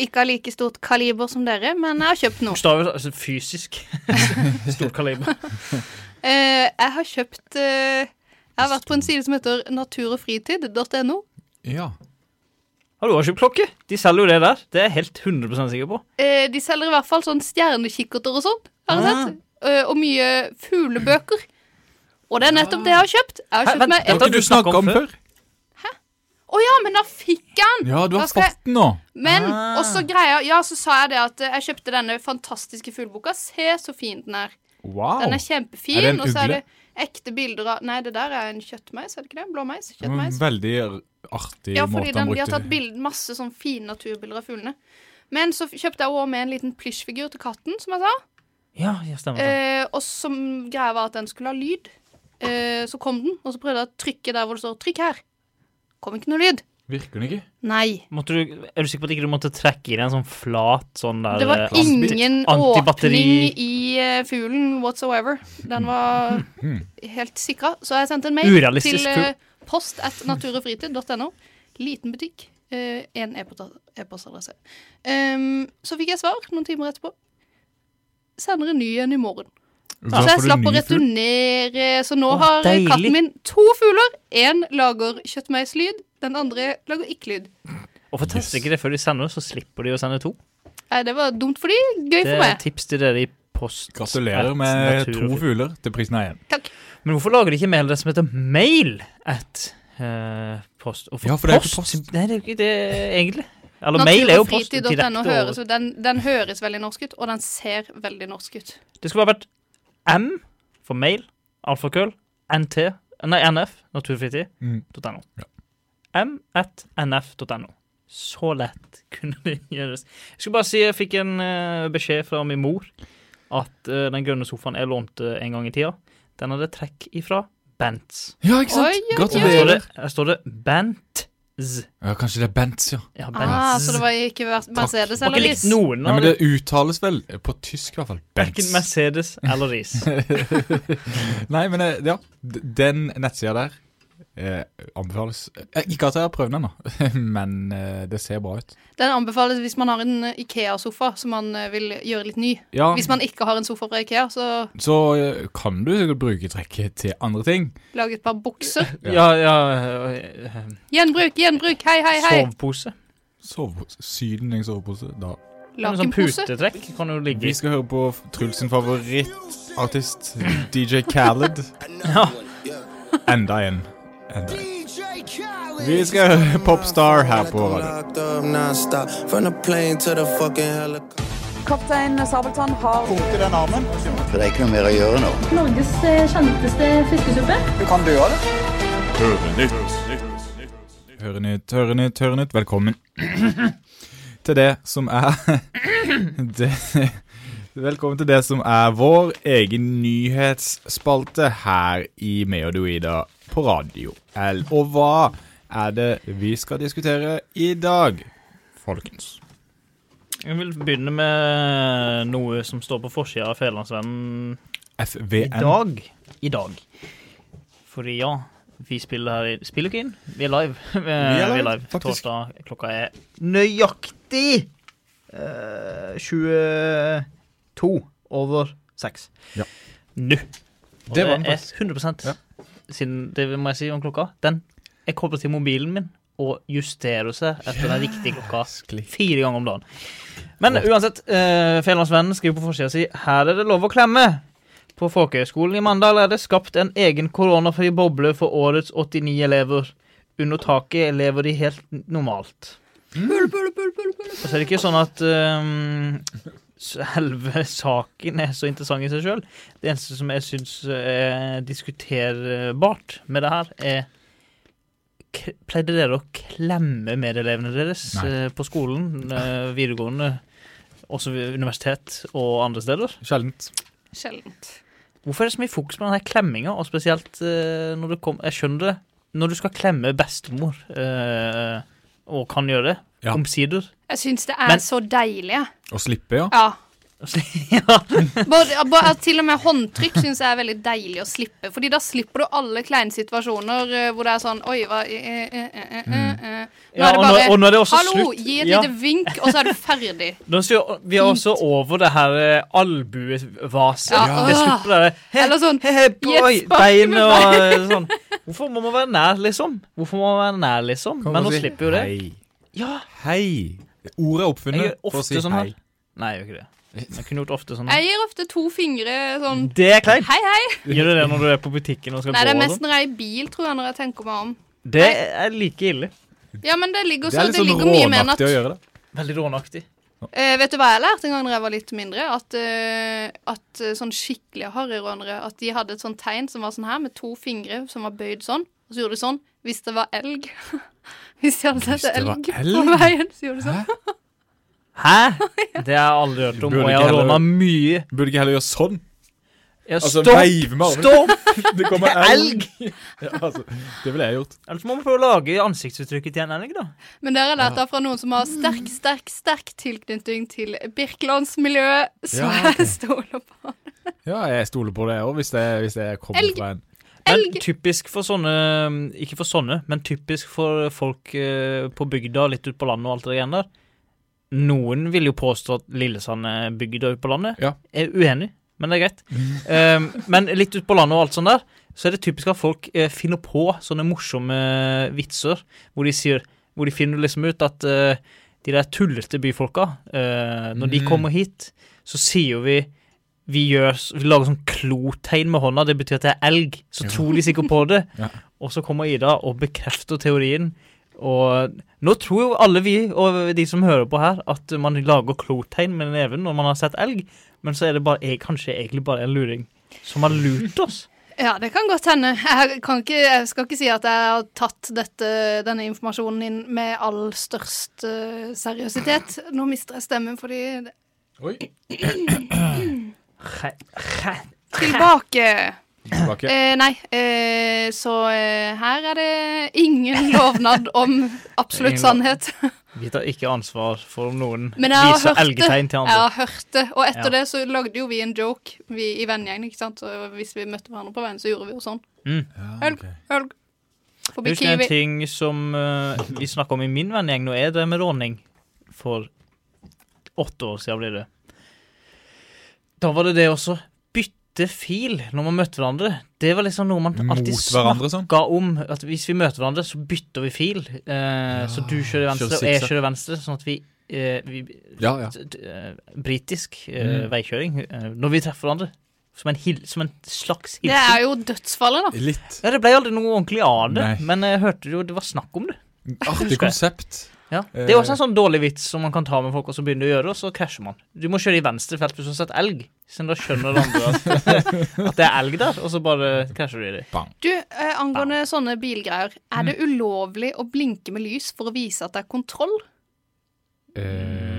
B: Ikke av like stort kaliber som dere, men jeg har kjøpt noe.
D: Bokstavet altså fysisk. Stort kaliber.
B: Eh, jeg har kjøpt eh, Jeg har vært på en side som heter naturogfritid.no.
A: Ja.
D: Har du også kjøpt klokke? De selger jo det der. Det er jeg helt 100 sikker på.
B: Eh, de selger i hvert fall sånn stjernekikkerter og sånn, har jeg sett. Eh, og mye fuglebøker. Og det er nettopp det jeg har kjøpt. Jeg har
D: Hæ,
B: kjøpt
D: vent,
A: Har
B: meg et-
D: dette-
A: ikke du snakket om før?
B: Å ja, men da fikk jeg den!
A: Ja, du har
B: Da skal jeg-
A: fått den nå.
B: Men
D: Ah.
B: og så greia Ja, så sa jeg det at eh, jeg kjøpte denne fantastiske fugleboka. Se så fin den er.
A: Wow.
B: Den er kjempefin.
A: Er det en
B: og så er
A: ugle?
B: det ekte bilder av Nei, det der er en kjøttmeis, er det ikke det? Blåmeis?
A: Det var en
B: Kjøttmeis.
A: Veldig artig
B: Ja, fordi
A: måte
B: den,
A: han
B: de har
A: brukte.
B: tatt bild, masse sånn fine naturbilder av fuglene. Men så f- kjøpte jeg også med en liten plysjfigur til katten, som jeg sa.
D: Ja, ja stemmer. det.
B: Eh, og som greia var at den skulle ha lyd. Eh, så kom den, og så prøvde jeg å trykke der hvor det står 'trykk her'. Kom ikke noe lyd.
A: Virker den ikke?
B: Nei.
D: Måtte du, er du sikker på at ikke du måtte trekke i deg en sånn flat sånn der
B: Det var
D: eh, anti-
B: ingen
D: antibatteri-
B: åpning i eh, fuglen whatsoever. Den var
A: Mhm.
B: helt sikra. Så jeg sendte en mail
D: Urealistisk
B: til eh, post at naturogfritid.no. Liten butikk. eh, En e-posta- e-postadresse. Ehm, så fikk jeg svar noen timer etterpå. Sender en ny en i morgen.
A: Da
B: Så
A: får
B: jeg
A: du
B: slapp å
A: ny fugl.
B: returnere. Så nå
D: Å,
B: har eh,
D: deilig.
B: katten min to fugler. Én lager kjøttmeislyd, den andre lager ikke lyd.
D: Hvorfor tester de ikke det før de sender, så slipper de å sende to?
B: Nei, det var dumt for de, gøy
D: Det
B: for
D: er et
B: meg.
D: tips til dere i post.
A: Gratulerer
D: at
A: med
D: natur-
A: to fugler til prisen av én.
B: Takk.
D: Men hvorfor lager de ikke mail det som heter mail at eh, post? Og
A: Ja, for det er jo ikke post.
D: Nei, det er jo ikke det, egentlig. Eller mail er jo post direkte.
B: Naturfritid.no høres
D: over.
B: jo den, den høres veldig norsk ut, og den ser veldig norsk ut.
D: Det skulle bare vært M for mail, alfakøll, nt, nei, nf,
A: Mm.
D: naturfritid.no. M at nf.no. Så lett kunne det gjøres. Jeg skulle bare si jeg fikk en eh, beskjed fra min mor at eh, den grønne sofaen jeg lånte en gang i tida, den hadde trekk ifra Bentz.
A: Ja, ikke
B: Oi,
A: sant?
B: oi, oi.
D: Her står det,
A: Gratulerer.
D: her står det Bentz.
A: Ja, kanskje det er Bentz, ja.
D: Ja, Bentz.
B: Ah, så det var ikke vers- Mercedes
D: Det var
B: eller
D: ikke
B: Lis.
D: likt noen
A: Nei,
D: av
A: men
D: det.
A: det uttales vel på tysk, i hvert fall.
D: Ikke
A: Bentz.
D: Mercedes eller Ris.
A: Nei, men eh, ja. D- Den nettsida der eh, anbefales eh, Ikke at jeg har prøvd den ennå, men eh, det ser bra ut.
B: Den anbefales hvis man har en eh, Ikea-sofa som man eh, vil gjøre litt ny.
A: Ja,
B: Hvis man ikke har en sofa fra Ikea, så
A: så eh, kan du sikkert bruke trekket til andre ting.
B: lag et par bukser.
D: Ja, ja eh, eh,
B: Gjenbruk, gjenbruk, hei, hei, hei.
D: Sovepose.
A: Sovepose. Sydningssovepose. Da.
D: En sånn
B: Lakenpose.
D: putetrekk kan jo ligge
A: Vi
D: i.
A: skal høre på f- Truls sin favorittartist, DJ Khaled. Enda en. Enda en. Vi skal høre Popstar her på
E: radio.
F: Kaptein Sabeltann har
G: Det er ikke noe mer å gjøre nå.
H: Norges eh, kjenteste fiskesuppe.
A: Høre nytt, høre nytt, høre nytt. Velkommen til det som er det, Velkommen til det som er vår egen nyhetsspalte her i Meodoida på radio L. Og hva er det vi skal diskutere i dag, folkens?
D: Jeg vil begynne med noe som står på forsida av Fedrelandsvennen i
A: FVN.
D: dag. I dag. Fordi ja, vi spiller her i Spiller ikke inn, vi er live. Vi
A: er live, faktisk.
D: Torsdag klokka er nøyaktig eh, 22 over 6.
A: Ja.
D: Nå. Og
A: Det
D: det,
A: var den,
D: er
A: faktisk.
D: 100
A: Ja.
D: siden det må jeg si om klokka. Den er koblet til mobilen min og justerer seg etter den riktige klokka fire ganger om dagen. Men uansett, uh, Fedrelandsvennen skriver på forsida si 'Her er det lov å klemme'. På Folkehøgskolen i Mandal er det skapt en egen koronafri boble for årets 89 elever. Under taket lever de helt normalt. Og så er det ikke sånn at ehm, s- Selve saken er så interessant i seg sjøl. Det eneste som jeg syns er diskuterbart med det her, er k- Pleide dere å klemme medelevene deres
A: Nei.
D: eh, på skolen, eh, videregående, også ved universitet og andre steder?
A: Sjeldent.
B: Sjeldent.
D: Hvorfor er det så mye fokus på den her klemminga, og spesielt eh, når du kom, Jeg skjønner det. Når du skal klemme bestemor, eh, og kan gjøre det,
A: Ja.
D: omsider.
B: Jeg syns det er
D: Men-
B: så deilig. jeg.
A: Å slippe, ja.
B: Ja.
D: ja.
B: Både, ja, bare at til og med håndtrykk syns jeg er veldig deilig å slippe. Fordi da slipper du alle kleine situasjoner eh, hvor det er sånn Oi, hva eh, eh, eh, eh, eh, eh. Nå
D: Mm. Ja,
B: er det
D: og nå-
B: bare
D: og nå er det også
B: Hallo,
D: slutt.
B: gi et
D: Ja. Mm.
B: lite vink, og så er du ferdig.
D: Nå ser vi er også over det her eh, albuevaset.
B: Ja.
D: Det slipper det he,
B: Eller sånn,
D: he, he,
B: gi et
D: boy,
B: spark
D: Bein
B: med
D: og eh, sånn. Hvorfor må man være nær, liksom? Hvorfor må man være nær, liksom? Men nå slipper jo det.
A: Hei.
D: Ja,
A: Hei. Ordet er oppfunnet
D: jeg gjør
A: for å
D: ofte
A: si
D: sånn her.
A: hei.
D: Nei, jeg gjør ikke det. Jeg kunne gjort ofte sånn. her.
B: Jeg gir ofte to fingre sånn
D: Det er kleint.
B: Hei, hei.
D: Gjør du det når du er på butikken og skal
B: Nei, det er
D: gå? og
B: mest
D: sånn?
B: når jeg er i bil, tror jeg, når jeg tenker meg om.
D: Det er like ille.
B: Ja, men det ligger,
A: Det
B: så,
A: er
B: det
A: litt sånn
B: ligger mye mer nat
A: rånaktig å gjøre det.
D: Veldig rånaktig.
B: Eh, vet du hva jeg lærte en gang da jeg var litt mindre? At, eh, at eh, sånn skikkelig harryrånere At de hadde et sånt tegn som var sånn her, med to fingre som var bøyd sånn. Og så gjorde de sånn hvis det var elg. Hvis de hadde
A: Hvis
B: sett
A: det var
B: elg på
A: elg?
B: veien, så gjorde de sånn.
D: Hæ? Det har jeg aldri hørt om,
A: Burde
D: og jeg
A: ikke
D: har
A: heller-
D: råna mye.
A: Burde ikke heller gjøre sånn.
D: Ja,
A: Altså,
D: stopp!
A: veive med armen.
D: Stopp!
A: Det kommer
D: Elg!
A: Ja, altså, det ville jeg gjort.
D: Ellers må man prøve å lage ansiktsuttrykket til en elg, da.
B: Men det har jeg lært da fra noen som har sterk, sterk, sterk tilknytning til Birkelandsmiljøet, så
A: Ja, ok.
B: jeg stoler på.
A: Ja, jeg stoler på det òg, hvis, det- hvis jeg kommer
B: Elg.
A: fra en
D: Men
B: Elg.
D: typisk for sånne Ikke for sånne, men typisk for folk eh, på bygda, litt ut på landet og alt det der. greiene der. Noen vil jo påstå at Lillesand er bygda ute på landet.
A: Ja.
D: Jeg er uenig, men det er greit. um, men litt ut på landet og alt sånt der, så er det typisk at folk eh, finner på sånne morsomme eh, vitser hvor de, sier, hvor de finner liksom ut at eh, de der tullete byfolka, eh, når de
A: Mm.
D: kommer hit, så sier vi vi, gjør, s- vi lager sånn klotegn med hånda, det betyr at det er elg. Så tror de sikkert på det.
A: Ja.
D: Og så kommer Ida og bekrefter teorien. Og nå tror jo alle vi og de som hører på her, at man lager klotegn med neven når man har sett elg, men så er det bare, jeg, kanskje egentlig bare en luring som har lurt oss.
B: Ja, det kan godt hende. Jeg, kan ikke, jeg skal ikke si at jeg har tatt dette, denne informasjonen inn med all størst eh, seriøsitet. Nå mister jeg stemmen fordi
A: Oi,
D: Hæ? Hæ?
B: Tilbake!
A: tilbake.
B: Eh, nei, eh, så eh, her er det ingen lovnad om absolutt
D: Ingen
B: sannhet.
D: Vi tar ikke ansvar for om noen
B: Men jeg har
D: viser
B: hørt det.
D: elgetegn til
B: Jeg
D: andre.
B: har hørt det. Og etter
D: Ja.
B: det så lagde jo vi en joke vi, i vennegjengen. ikke sant? Så hvis vi møtte hverandre på veien, så gjorde vi jo sånn.
D: Mm.
A: Ah,
B: Helg, helg. Forbi
D: Husk en
B: Kiwi.
D: ting som eh, vi snakka om i min vennegjeng, nå er det med råning. For åtte år siden blir det. Da var det det også. Bytte fil når man møtte hverandre. Det var liksom noe man
A: Mot
D: alltid
A: hverandre, sånn.
D: snakka om. At hvis vi møter hverandre, så bytter vi fil. Eh, så du kjører venstre,
A: kjører
D: og jeg
A: zigzag.
D: kjører venstre. Sånn at vi, eh, vi
A: Ja, ja. Mm.
D: t- t- eh, Britisk eh, veikjøring. Eh, når vi treffer hverandre. Som en, hil, som en slags
B: Det
D: hilsen.
B: er jo dødsfallet, da.
A: Litt
D: Ja, det ble aldri noe ordentlig av det,
A: Nei.
D: men jeg hørte jo det var snakk om det.
A: artig konsept.
D: Ja. Det er også
A: Eh.
D: en sånn dårlig vits som man kan ta med folk, og så begynner du å gjøre, og så krasjer man. Du må kjøre i venstre felt hvis du har sett elg, siden da skjønner det andre at, at det er elg der, og så bare krasjer du i det.
B: Du, eh, Angående sånne bilgreier, er det
D: Mm.
B: ulovlig å blinke med lys for å vise at det er kontroll?
A: Eh,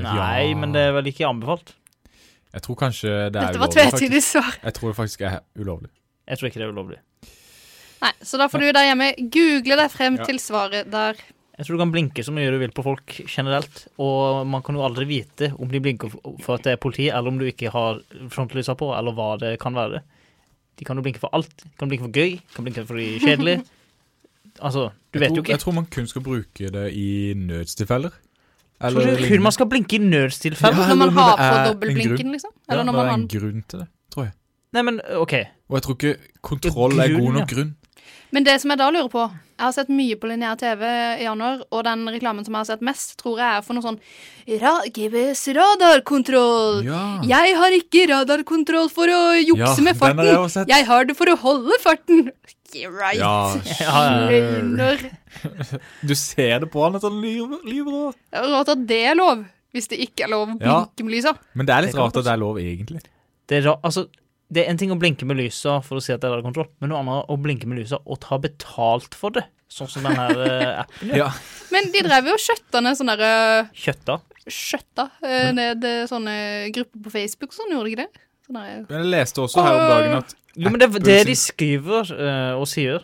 D: Nei,
A: ja.
D: men det er vel ikke anbefalt.
A: Jeg tror kanskje det er
B: Dette var
A: ulovlig. faktisk.
B: tvetydig svar.
A: Jeg tror det faktisk er ulovlig.
D: Jeg tror ikke det er ulovlig.
B: Nei, Så da får du der hjemme google deg frem
A: Ja.
B: til svaret der.
D: Jeg tror du kan blinke så mye du vil på folk generelt, og man kan jo aldri vite om de blinker for at det er politi, eller om du ikke har frontlysa på, eller hva det kan være. De kan jo blinke for alt. De kan blinke for gøy, de kan blinke for de kjedelige. Altså, du
A: jeg,
D: vet jo
A: tror,
D: ikke.
A: jeg tror man kun skal bruke det i nødstilfeller.
D: Tror du kun man skal blinke i nødstilfeller?
A: Ja,
B: Når man
A: eller når det
B: har
A: er
B: på
A: en
B: dobbeltblinken, liksom.
A: ja,
B: Eller når man
A: det er
B: har
A: en
B: den.
A: grunn til det, tror jeg.
D: Nei, men OK.
A: Og jeg tror ikke kontroll er god
D: grunn,
A: nok grunn.
B: Men det som jeg da lurer på Jeg har sett mye på lineær TV i januar, og den reklamen som jeg har sett mest, tror jeg er for noe sånn Ra GBs radarkontroll.
A: Ja.
B: Jeg har ikke radarkontroll for å jukse
A: Ja, den
B: med
A: har
B: farten.
A: jeg også sett.
B: jeg har det for å holde farten. Yeah, right.
A: Ja,
D: ja,
B: Løgner.
A: Du ser det på han at han lyver. lyver.
B: Det er Rart at det er lov, hvis det ikke er lov å
A: Ja.
B: blinke med lysa.
A: Men det er
D: Det
A: litt
D: kan
A: rart at det er lov, egentlig.
D: Det er, ra- altså, det er en ting å blinke med lysa for å si at det er kontroll, men noe annet å blinke med lysa og ta betalt for det. Sånn som den her eh, appen gjør.
A: Ja.
B: Men de drev jo og skjøtta ned sånne der, øh,
D: Kjøtta.
B: Skjøtta øh, ned øh, sånne grupper på Facebook og sånn, gjorde de ikke det? Sånne, der-
A: Men jeg leste også her om dagen at
D: Jo, men det er det
A: Apple
D: de
A: sin-
D: skriver eh, og sier,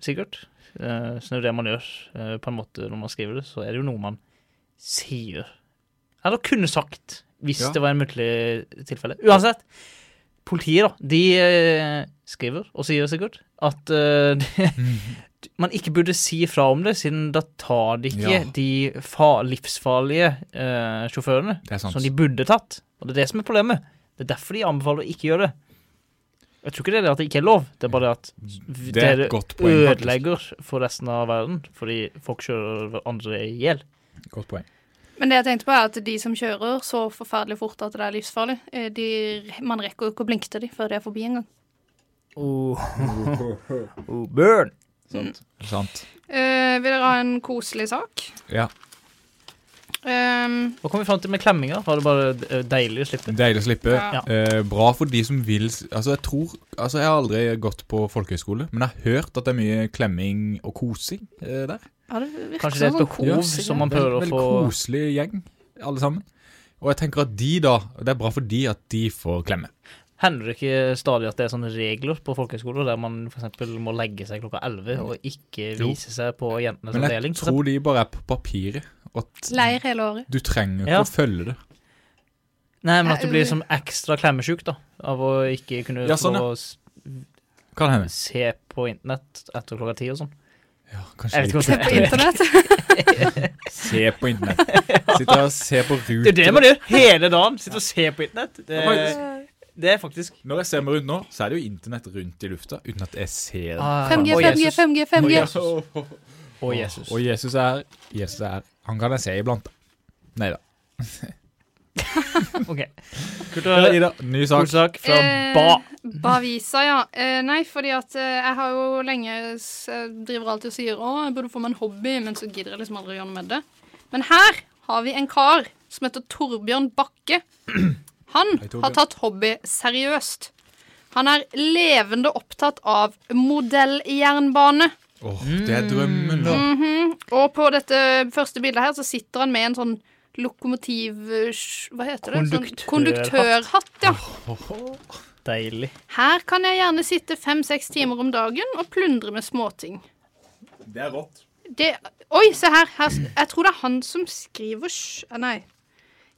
D: sikkert. Eh, så det er jo det man gjør eh, på en måte når man skriver det, så er det jo noe man sier. Eller kunne sagt. hvis
A: Ja.
D: det var en muntlig tilfelle. Uansett, politiet da, de eh, skriver og sier sikkert at eh,
A: Mm.
D: man ikke burde si fra om det, siden da tar de ikke
A: Ja.
D: de fa livsfarlige eh, sjåførene
A: Det er sant.
D: som de burde tatt. Og det er det som er problemet. Det er derfor de anbefaler å ikke gjøre det. Jeg tror ikke det er det at det ikke er lov, det er bare det at
A: Mm. Det er et godt poeng, faktisk.
D: ødelegger for resten av verden fordi folk kjører hverandre i hjel.
A: Godt poeng.
B: Men det jeg tenkte på er at de som kjører så forferdelig fort at det er livsfarlig, eh, de, man rekker jo ikke å blinke til dem før de er forbi engang.
D: Oh. burn!
A: Sant.
B: Uh, vil dere ha en koselig sak?
A: Ja.
B: Ehm,
D: Hva kom vi fram til med klemminga? Var det bare eh, deilig å slippe?
A: Deilig å slippe.
B: Ja.
A: Eh, bra for de som vil s- Altså, jeg tror Altså, jeg har aldri gått på folkehøyskole, men jeg har hørt at det er mye klemming og kosing eh, der.
B: ja, det virker
D: Kanskje det er
B: som
D: et
B: sånn
D: behov
B: koselig.
D: som man prøver å
A: Veldig
D: få
A: koselig gjeng, alle sammen. Og jeg tenker at de, da Det er bra for de at de får klemme.
D: Hender det ikke stadig at det er sånne regler på folkehøyskoler der man f.eks. må legge seg klokka 11 og ikke
A: Jo.
D: vise seg på jentenes
A: Men jeg
D: avdeling? for
A: tror de bare er på papiret. og At
B: Leir hele året.
A: du trenger ikke
D: Ja.
A: å følge det.
D: eksempel? Nei, men at du blir som ekstra klemmesjuk da, av å ikke kunne
A: Ja,
D: få
A: sånn,
D: lov
A: ja.
D: å s-
A: Kan hende.
D: se på internett etter klokka 10 og sånn.
A: Ja, kanskje
D: Jeg vet ikke
B: Se
D: hvordan
B: på internett.
A: Se på internett. Sitte og se på
D: Det er jo det
A: ruter.
D: man gjør hele dagen! Sitter og ser på internett. Det, det er faktisk
A: Når jeg ser meg rundt nå, så er det jo internett rundt i lufta, uten at jeg ser det.
D: Ah,
B: 5G,
D: å,
B: 5G,
D: Jesus.
B: 5G, 5G.
D: Å, Jesus.
A: Og Jesus er Jesus er Han kan jeg se iblant. Nei da.
D: OK. Kult å høre.
A: Eh, Ida, ny
D: God
A: sak.
D: sak fra
B: Eh,
D: Ba.
B: Bavisa, ja. Eh, nei, fordi at eh, jeg har jo lenge s- eh, driver alltid og sier å, jeg burde få meg en hobby, men så gidder jeg liksom aldri å gjøre noe med det. Men her har vi en kar som heter Torbjørn Bakke. Han
A: Hei, Torbjørn.
B: har tatt hobby seriøst. Han er levende opptatt av modelljernbane.
A: Åh, det er drømmen, da.
B: Mm. Og på dette første bildet her så sitter han med en sånn lokomotiv... Hva heter det?
D: Konduktørhatt.
B: Sånn konduktørhatt, ja.
D: Deilig.
B: Her kan jeg gjerne sitte fem-seks timer om dagen og plundre med småting.
A: Det er rått.
B: Det, oi, se her, her. Jeg tror det er han som skriver sj- ah, Nei.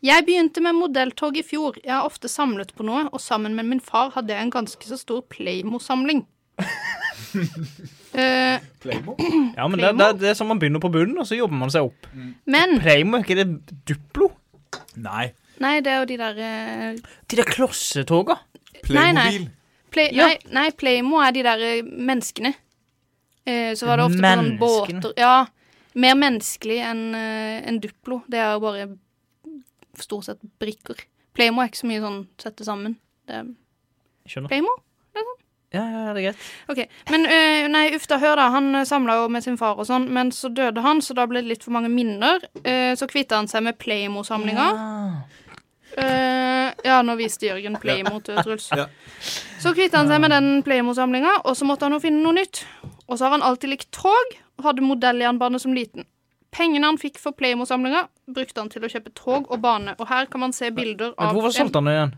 B: Jeg begynte med modelltog i fjor. Jeg har ofte samlet på noe, og sammen med min far hadde jeg en ganske så stor Playmo-samling. Eh,
A: Playmo?
D: Ja, men det, det, det er sånn man begynner på bunnen, og så jobber man seg opp.
B: men
D: Playmo, er ikke det Duplo?
A: Nei.
B: Nei, det er jo de der eh,
D: De der klossetoga.
B: Nei, nei.
A: Playmobil.
B: play,
D: Ja.
B: nei, nei, Playmo er de der eh, menneskene. Eh, så var det ofte
D: Menneskene.
B: på sånne båter Ja. Mer menneskelig enn eh, enn Duplo. Det er jo bare stort sett brikker. Playmo er ikke så mye sånn sette sammen. Det er
D: Skjønner.
B: Playmo.
D: Ja, ja, det er greit.
B: Ok, Men eh, nei, uff da, hør da. Han samla jo med sin far og sånn, men så døde han, så da ble det litt for mange minner. Eh, så kvitta han seg med Playmo-samlinga. Eh, ja, nå viste Jørgen Playmo til Truls.
A: Ja.
B: Så kvitta han seg med den Playmo-samlinga, og så måtte han jo finne noe nytt. Og så har han alltid likt tog, og hadde modelljernbane som liten. Pengene han fikk for Playmo-samlinga, brukte han til å kjøpe tog og bane. Og her kan man se bilder
D: Men
B: av
D: hvorfor solgte han det igjen?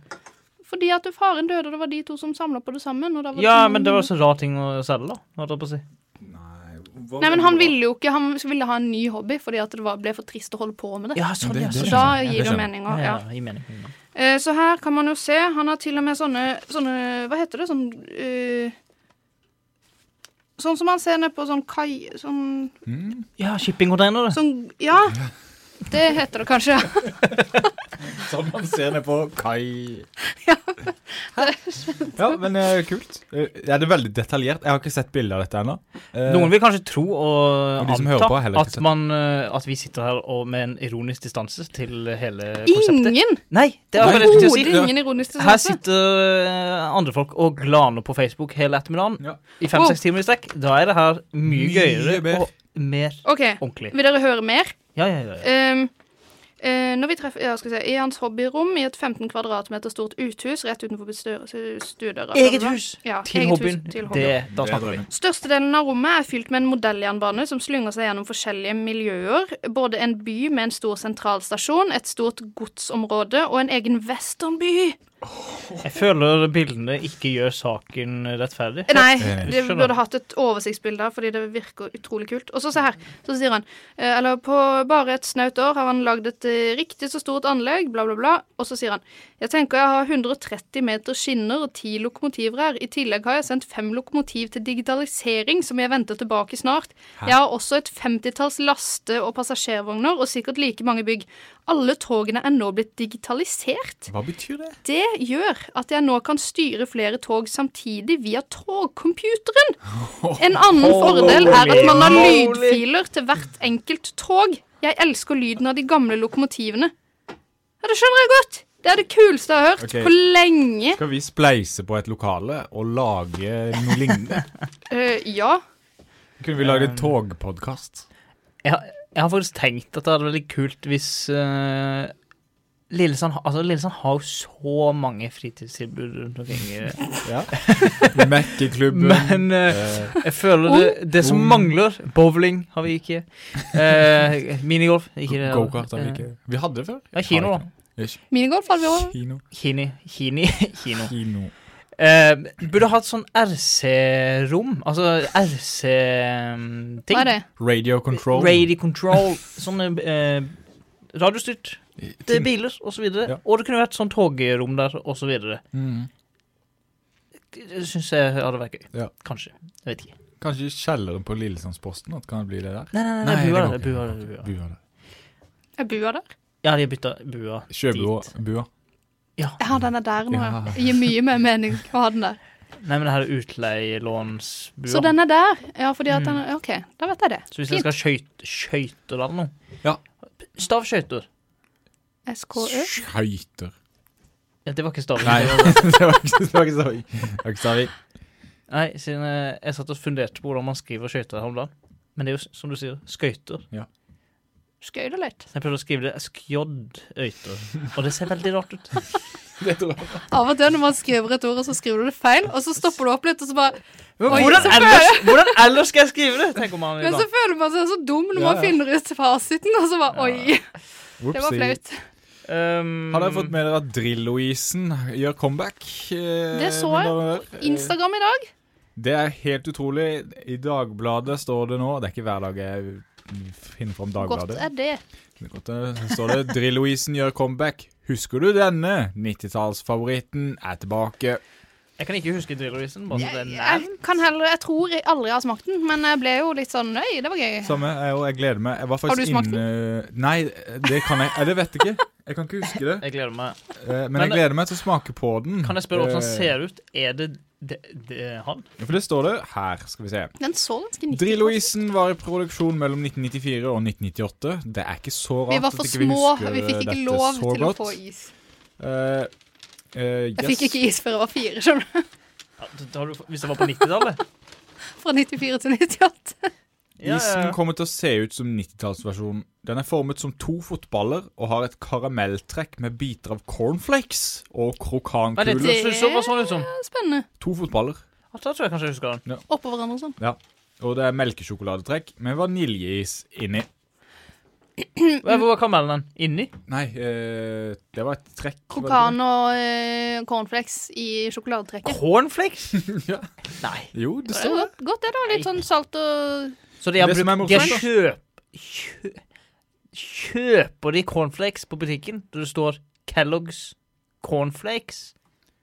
B: Fordi at faren døde, og det var de to som samla på det sammen. Og da var
D: Ja,
B: sånn-
D: men det var så rar ting å selge, da. holdt jeg på å si.
B: Nei, men han ville jo ikke Han ville ha en ny hobby fordi at det var, ble for trist å holde på med det.
D: Ja, sånn,
A: Det-
D: ja.
A: det
D: sånn,
B: da
A: skjønner jeg.
B: gir
A: Det
B: det
A: skjønner
B: jo
A: jeg.
B: mening
D: ja,
B: òg.
D: ja,
B: Ja.
D: gir mening.
B: Eh, Så her kan man jo se Han har til og med sånne, sånne Hva heter det? Sånn eh, Sånn som man ser nede på sånn kai Sånn,
D: Ja, shippingcontainer, det.
B: sånn Ja! Det heter det kanskje.
A: Sånn man ser ned på kai. Ja, men eh, kult. Eh, ja, det er veldig detaljert. Jeg har ikke sett bilde av dette ennå. Eh,
D: Noen vil kanskje tro
A: Og
D: og
A: de som hører
D: anta
A: på har heller ikke
D: at,
A: sett.
D: man, eh, at vi sitter her og med en ironisk distanse til hele konseptet.
B: Ingen!
D: Nei, det er akkurat det jeg skulle
B: Overhodet
D: si.
B: ingen ironisk
D: Her
B: distanse.
D: sitter eh, andre folk og glaner på Facebook hele ettermiddagen
A: Ja.
D: i fem-seks timer i strekk. Da er det her
A: Mye
D: mye gøyere
A: mer.
D: og mer
B: OK.
D: ordentlig.
B: Vil dere høre mer?
D: Ja, ja, ja. ja.
B: Ehm, eh, når vi treffer, ja, skal vi se, I hans hobbyrom i et 15 kvadratmeter stort uthus rett utenfor stø- stuedøra.
D: Eget hus
B: Ja,
D: til
B: eget hus
D: hobbyen.
B: til hobbyen.
D: Det, da snakker vi.
B: Størstedelen av rommet er fylt med en modelljernbane som slynger seg gjennom forskjellige miljøer. Både en by med en stor sentralstasjon, et stort godsområde og en egen westernby.
D: Jeg føler bildene ikke gjør saken rettferdig.
B: Nei,
A: Enig.
B: de burde hatt et oversiktsbilde, fordi det virker utrolig kult. Og så se her, så sier han eh, Eller på bare et snaut år har han lagd et eh, riktig så stort anlegg, bla, bla, bla. Og så sier han Jeg tenker jeg har 130 meter skinner og 10 lokomotiver her. I tillegg har jeg sendt fem lokomotiv til digitalisering, som jeg venter tilbake snart. Jeg har også et femtitalls laste- og passasjervogner, og sikkert like mange bygg. Alle togene er nå blitt digitalisert.
A: Hva betyr det?
B: Det gjør at jeg nå kan styre flere tog samtidig via togcomputeren. En annen fordel er at man har lydfiler til hvert enkelt tog. Jeg elsker lyden av de gamle lokomotivene. Ja, det skjønner jeg godt. Det er det kuleste jeg har hørt
A: Ok.
B: på lenge.
A: Skal vi spleise på et lokale og lage noe lignende? Eh,
B: Eh, ja.
A: Kunne vi lagd en togpodkast?
D: Jeg, har- jeg har faktisk tenkt at det hadde vært litt kult hvis eh, Lillesand, ha- altså Lillesand har jo så mange fritidstilbud rundt omkring. eh,
A: Ja. Mekkeklubben.
D: Men eh,
A: eh,
D: jeg føler det, det som
A: Ung.
D: mangler Bowling har vi ikke. Eh, minigolf ikke det.
A: Gokart har vi ikke. Vi hadde det før.
D: Ja, kino, da.
B: Minigolf hadde vi òg.
A: Kino.
D: Eh, Kini. Kini. Kino.
A: Kino.
D: Eh, burde hatt sånn RC-rom. Altså mm, RC-ting.
B: Hva er det?
A: Radio Control.
D: Radio control. Sånne eh, radiostyrt det er
A: Ting.
D: biler osv. videre
A: Ja.
D: Og det kunne vært sånn togrom der osv.
A: Mm.
D: Det syns jeg hadde vært gøy.
A: Ja.
D: Kanskje. Jeg vet ikke.
A: Kanskje i kjelleren på Lillesandsposten? At kan det bli det der?
D: Nei, nei, nei,
A: Nei, det
D: bua,
A: går
D: det,
A: ikke.
D: bua, det, bua.
A: Bua der.
B: Er bua der?
D: Ja, de har bytta bua
A: Sjøbua.
D: dit.
A: Bua.
D: Ja.
B: Ja, den er der nå.
A: Ja.
B: ja. Det gir mye mer mening å ha den der.
D: Nei, men det her er utleielånsbua.
B: Så den er der. Ja, fordi at
D: Mm.
B: den er OK, da vet jeg det.
D: Så hvis jeg skal skøyte skøyter eller noe
A: Ja.
D: Stavskøyter.
B: SKØ.
A: Skøyter.
D: Ja, det var ikke stav.
A: Nei, det var ikke det var ikke så det var ikke så vidt.
D: Nei, siden eh, jeg satt og funderte på hvordan man skriver skøyter her om dagen. Men det er jo, s- som du sier, skøyter.
B: Skøy det litt.
D: Så jeg prøvde å skrive det skjoddøyter, og det ser veldig rart ut.
A: Det tror jeg.
B: Av og til når man skriver et ord, og så skriver du det feil, og så stopper du opp litt, og så bare Oi,
D: hvordan,
B: så
D: ellers, hvordan ellers skal jeg skrive det? Tenker man
B: Men så
D: iblant.
B: føler man seg så dum når
A: Ja,
B: man
A: ja.
B: finner ut fasiten, og så bare Oi, det var
A: Whoopsie.
B: flaut.
D: Um,
A: Har dere fått med dere at Drillo-isen gjør comeback? eh,
B: Det så
A: mine
B: jeg.
A: damer og herrer?
B: Instagram i dag.
A: Det er helt utrolig. I Dagbladet står det nå Det er ikke hver dag jeg finner fram
B: Godt
A: Dagbladet.
B: er det.
A: Det er Godt det står det 'Drillo-isen gjør comeback'. Husker du denne? 90-tallsfavoritten er tilbake.
D: Jeg kan ikke huske Drillerisen. Bare så det er
B: Jeg
D: nær.
B: kan heller Jeg tror jeg aldri har smakt den, men jeg ble jo litt sånn Oi, det var gøy.
A: Samme, jeg, og jeg gleder meg. Jeg var faktisk
B: Har du smakt den?
A: inne- Nei, det kan jeg Eller vet jeg ikke. Jeg kan ikke huske det.
D: Jeg gleder meg.
A: Eh, Men
D: Men-
A: jeg gleder meg til å smake på den.
D: Kan jeg spørre hvordan han
A: Eh,
D: ser ut? Er det, det, det han?
A: For det står det her. Skal vi se.
B: Den så ganske nyttig ut.
A: Drillo-isen var i produksjon mellom 1994 og 1998. Det er ikke så rart
B: Vi var for
A: at ikke
B: små.
A: husker
B: Vi fikk ikke
A: dette
B: lov
A: så
B: til å
A: godt.
B: få is.
A: Eh, eh,
B: Jeg
A: yes.
B: fikk ikke is før jeg var fire, skjønner du.
D: Ja, det- det har du, fått- hvis det var på 90-tallet?
B: Fra 94 til 98.
D: Ja, ja,
A: Isen
D: ja.
A: kommer til å se ut som 90-tallsversjonen. Den er formet som to fotballer og har et karamelltrekk med biter av cornflakes og
D: Men det
A: krokankuler.
D: det så hva sånn ut som?
B: Det er Spennende.
A: To fotballer,
D: Ja, Da tror jeg kanskje jeg husker den.
B: Oppå hverandre og sånn.
A: ja. Og det er melkesjokoladetrekk med vaniljeis inni.
D: Hvor var karamellen den? Inni?
A: Nei, eh, det var et trekk.
B: Krokan og eh, cornflakes i sjokoladetrekket.
D: Cornflakes?
A: Ja.
D: Nei.
A: Jo, det
B: Det er
A: står det.
B: godt, godt det, da. Litt sånn salt og
D: Så de har
A: Det som er
D: brukt De har
A: morsomt,
D: kjøp, kjø, Kjøper de cornflakes på butikken der det står Kellogg's cornflakes?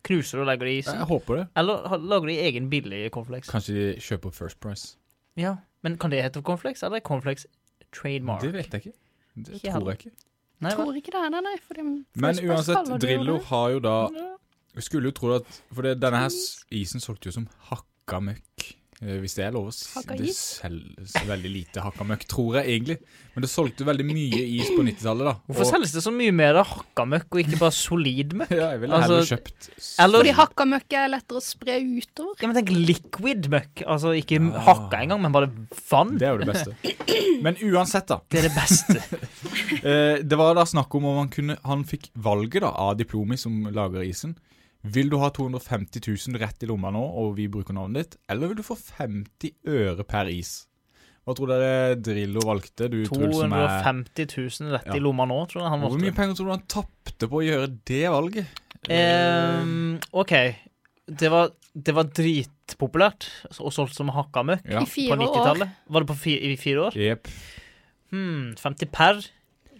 D: Knuser og legger det i isen?
A: Jeg håper det.
D: Eller har- lager de egen billig cornflakes?
A: Kanskje de kjøper First Price.
D: Ja, Men kan det hete cornflakes, eller er cornflakes trademark?
A: Det vet jeg ikke. Det
D: Ikke
A: tror jeg ikke.
D: Nei,
B: Jeg
D: hva?
B: tror ikke det er det, nei. For de
A: Men
B: Fresh Press
A: uansett,
B: kaller de jo
A: Drillo
B: det.
A: har jo da Jeg skulle jo tro at For det, denne her s- isen solgte jo som hakka møkk. eh, Hvis det er lov å si.
B: Hakka
A: Det
B: is?
A: selges veldig lite hakka møkk, tror jeg egentlig. Men det solgte veldig mye is på 90-tallet, da.
D: Hvorfor
A: Og-
D: selges det så mye mer av hakka møkk og ikke bare solid møkk?
A: Ja, jeg ville
D: Altså,
A: heller kjøpt s-
D: Eller
B: Fordi hakka møkk er lettere å spre utover.
D: ja, men tenk liquid møkk. Altså ikke hakka engang, men bare vann.
A: Det er jo det beste. Men uansett, da.
D: Det er det beste.
A: Eh, det var da snakk om om han kunne Han fikk valget da av Diplomi, som lager isen. Vil du ha 250 000 rett i lomma nå, og vi bruker navnet ditt, eller vil du få 50 øre per is? Hva tror dere Drillo valgte? Du, Truls, som er
D: 250 000 rett
A: Ja.
D: i lomma nå, tror jeg han
A: Hvor mye
D: måtte.
A: penger tror du han tapte på å gjøre det valget?
D: Ehm, OK. Det var, det var dritpopulært altså, og solgt som hakka møkk
A: Eh, Ja.
B: I
D: på
B: fire år.
D: 90-tallet. Var det på fi, i fire år?
A: Jepp.
D: Hmm, 50 per.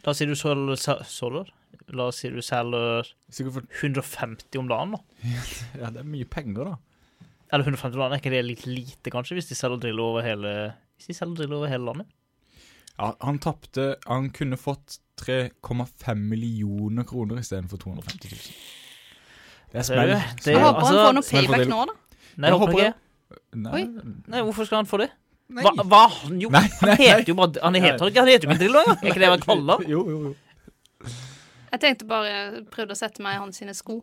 D: La oss si du selger se- selger La oss si du selger
A: Sikkert for
D: 150 om dagen, da.
A: Ja, det er mye penger, da.
D: Eller 150 om dagen, er ikke det litt lite, kanskje, hvis de selger drill over hele Hvis de selger drill over hele landet?
A: Ja, han tapte Han kunne fått 3,5 millioner kroner istedenfor 250 000. Det er
D: Ser du?
A: smell.
D: Det-
A: Smell.
B: Jeg håper han
D: altså,
B: får noe
A: som jeg får
B: payback
A: til.
B: nå, da.
D: Nei,
A: Jeg
D: jeg håper
A: håper
D: ikke.
A: Nei.
D: Nei, hvorfor skal han få det?
A: Nei.
D: Hva, hva har han gjorde?
A: Nei,
D: Han
A: nei,
D: heter jo bare Han heter ikke, han heter jo ikke Drillo engang! Er ikke det man kaller han?
A: Jo, jo, jo.
B: Jeg tenkte bare prøvde å sette meg i hans sine sko.